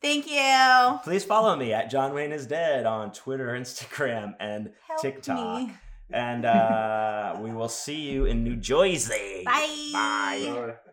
Speaker 2: Thank you. Help
Speaker 1: Please follow me at John Wayne is dead on Twitter, Instagram, and TikTok.
Speaker 2: me.
Speaker 1: and uh, we will see you in New Jersey.
Speaker 2: Bye.
Speaker 1: Bye.
Speaker 3: Bye.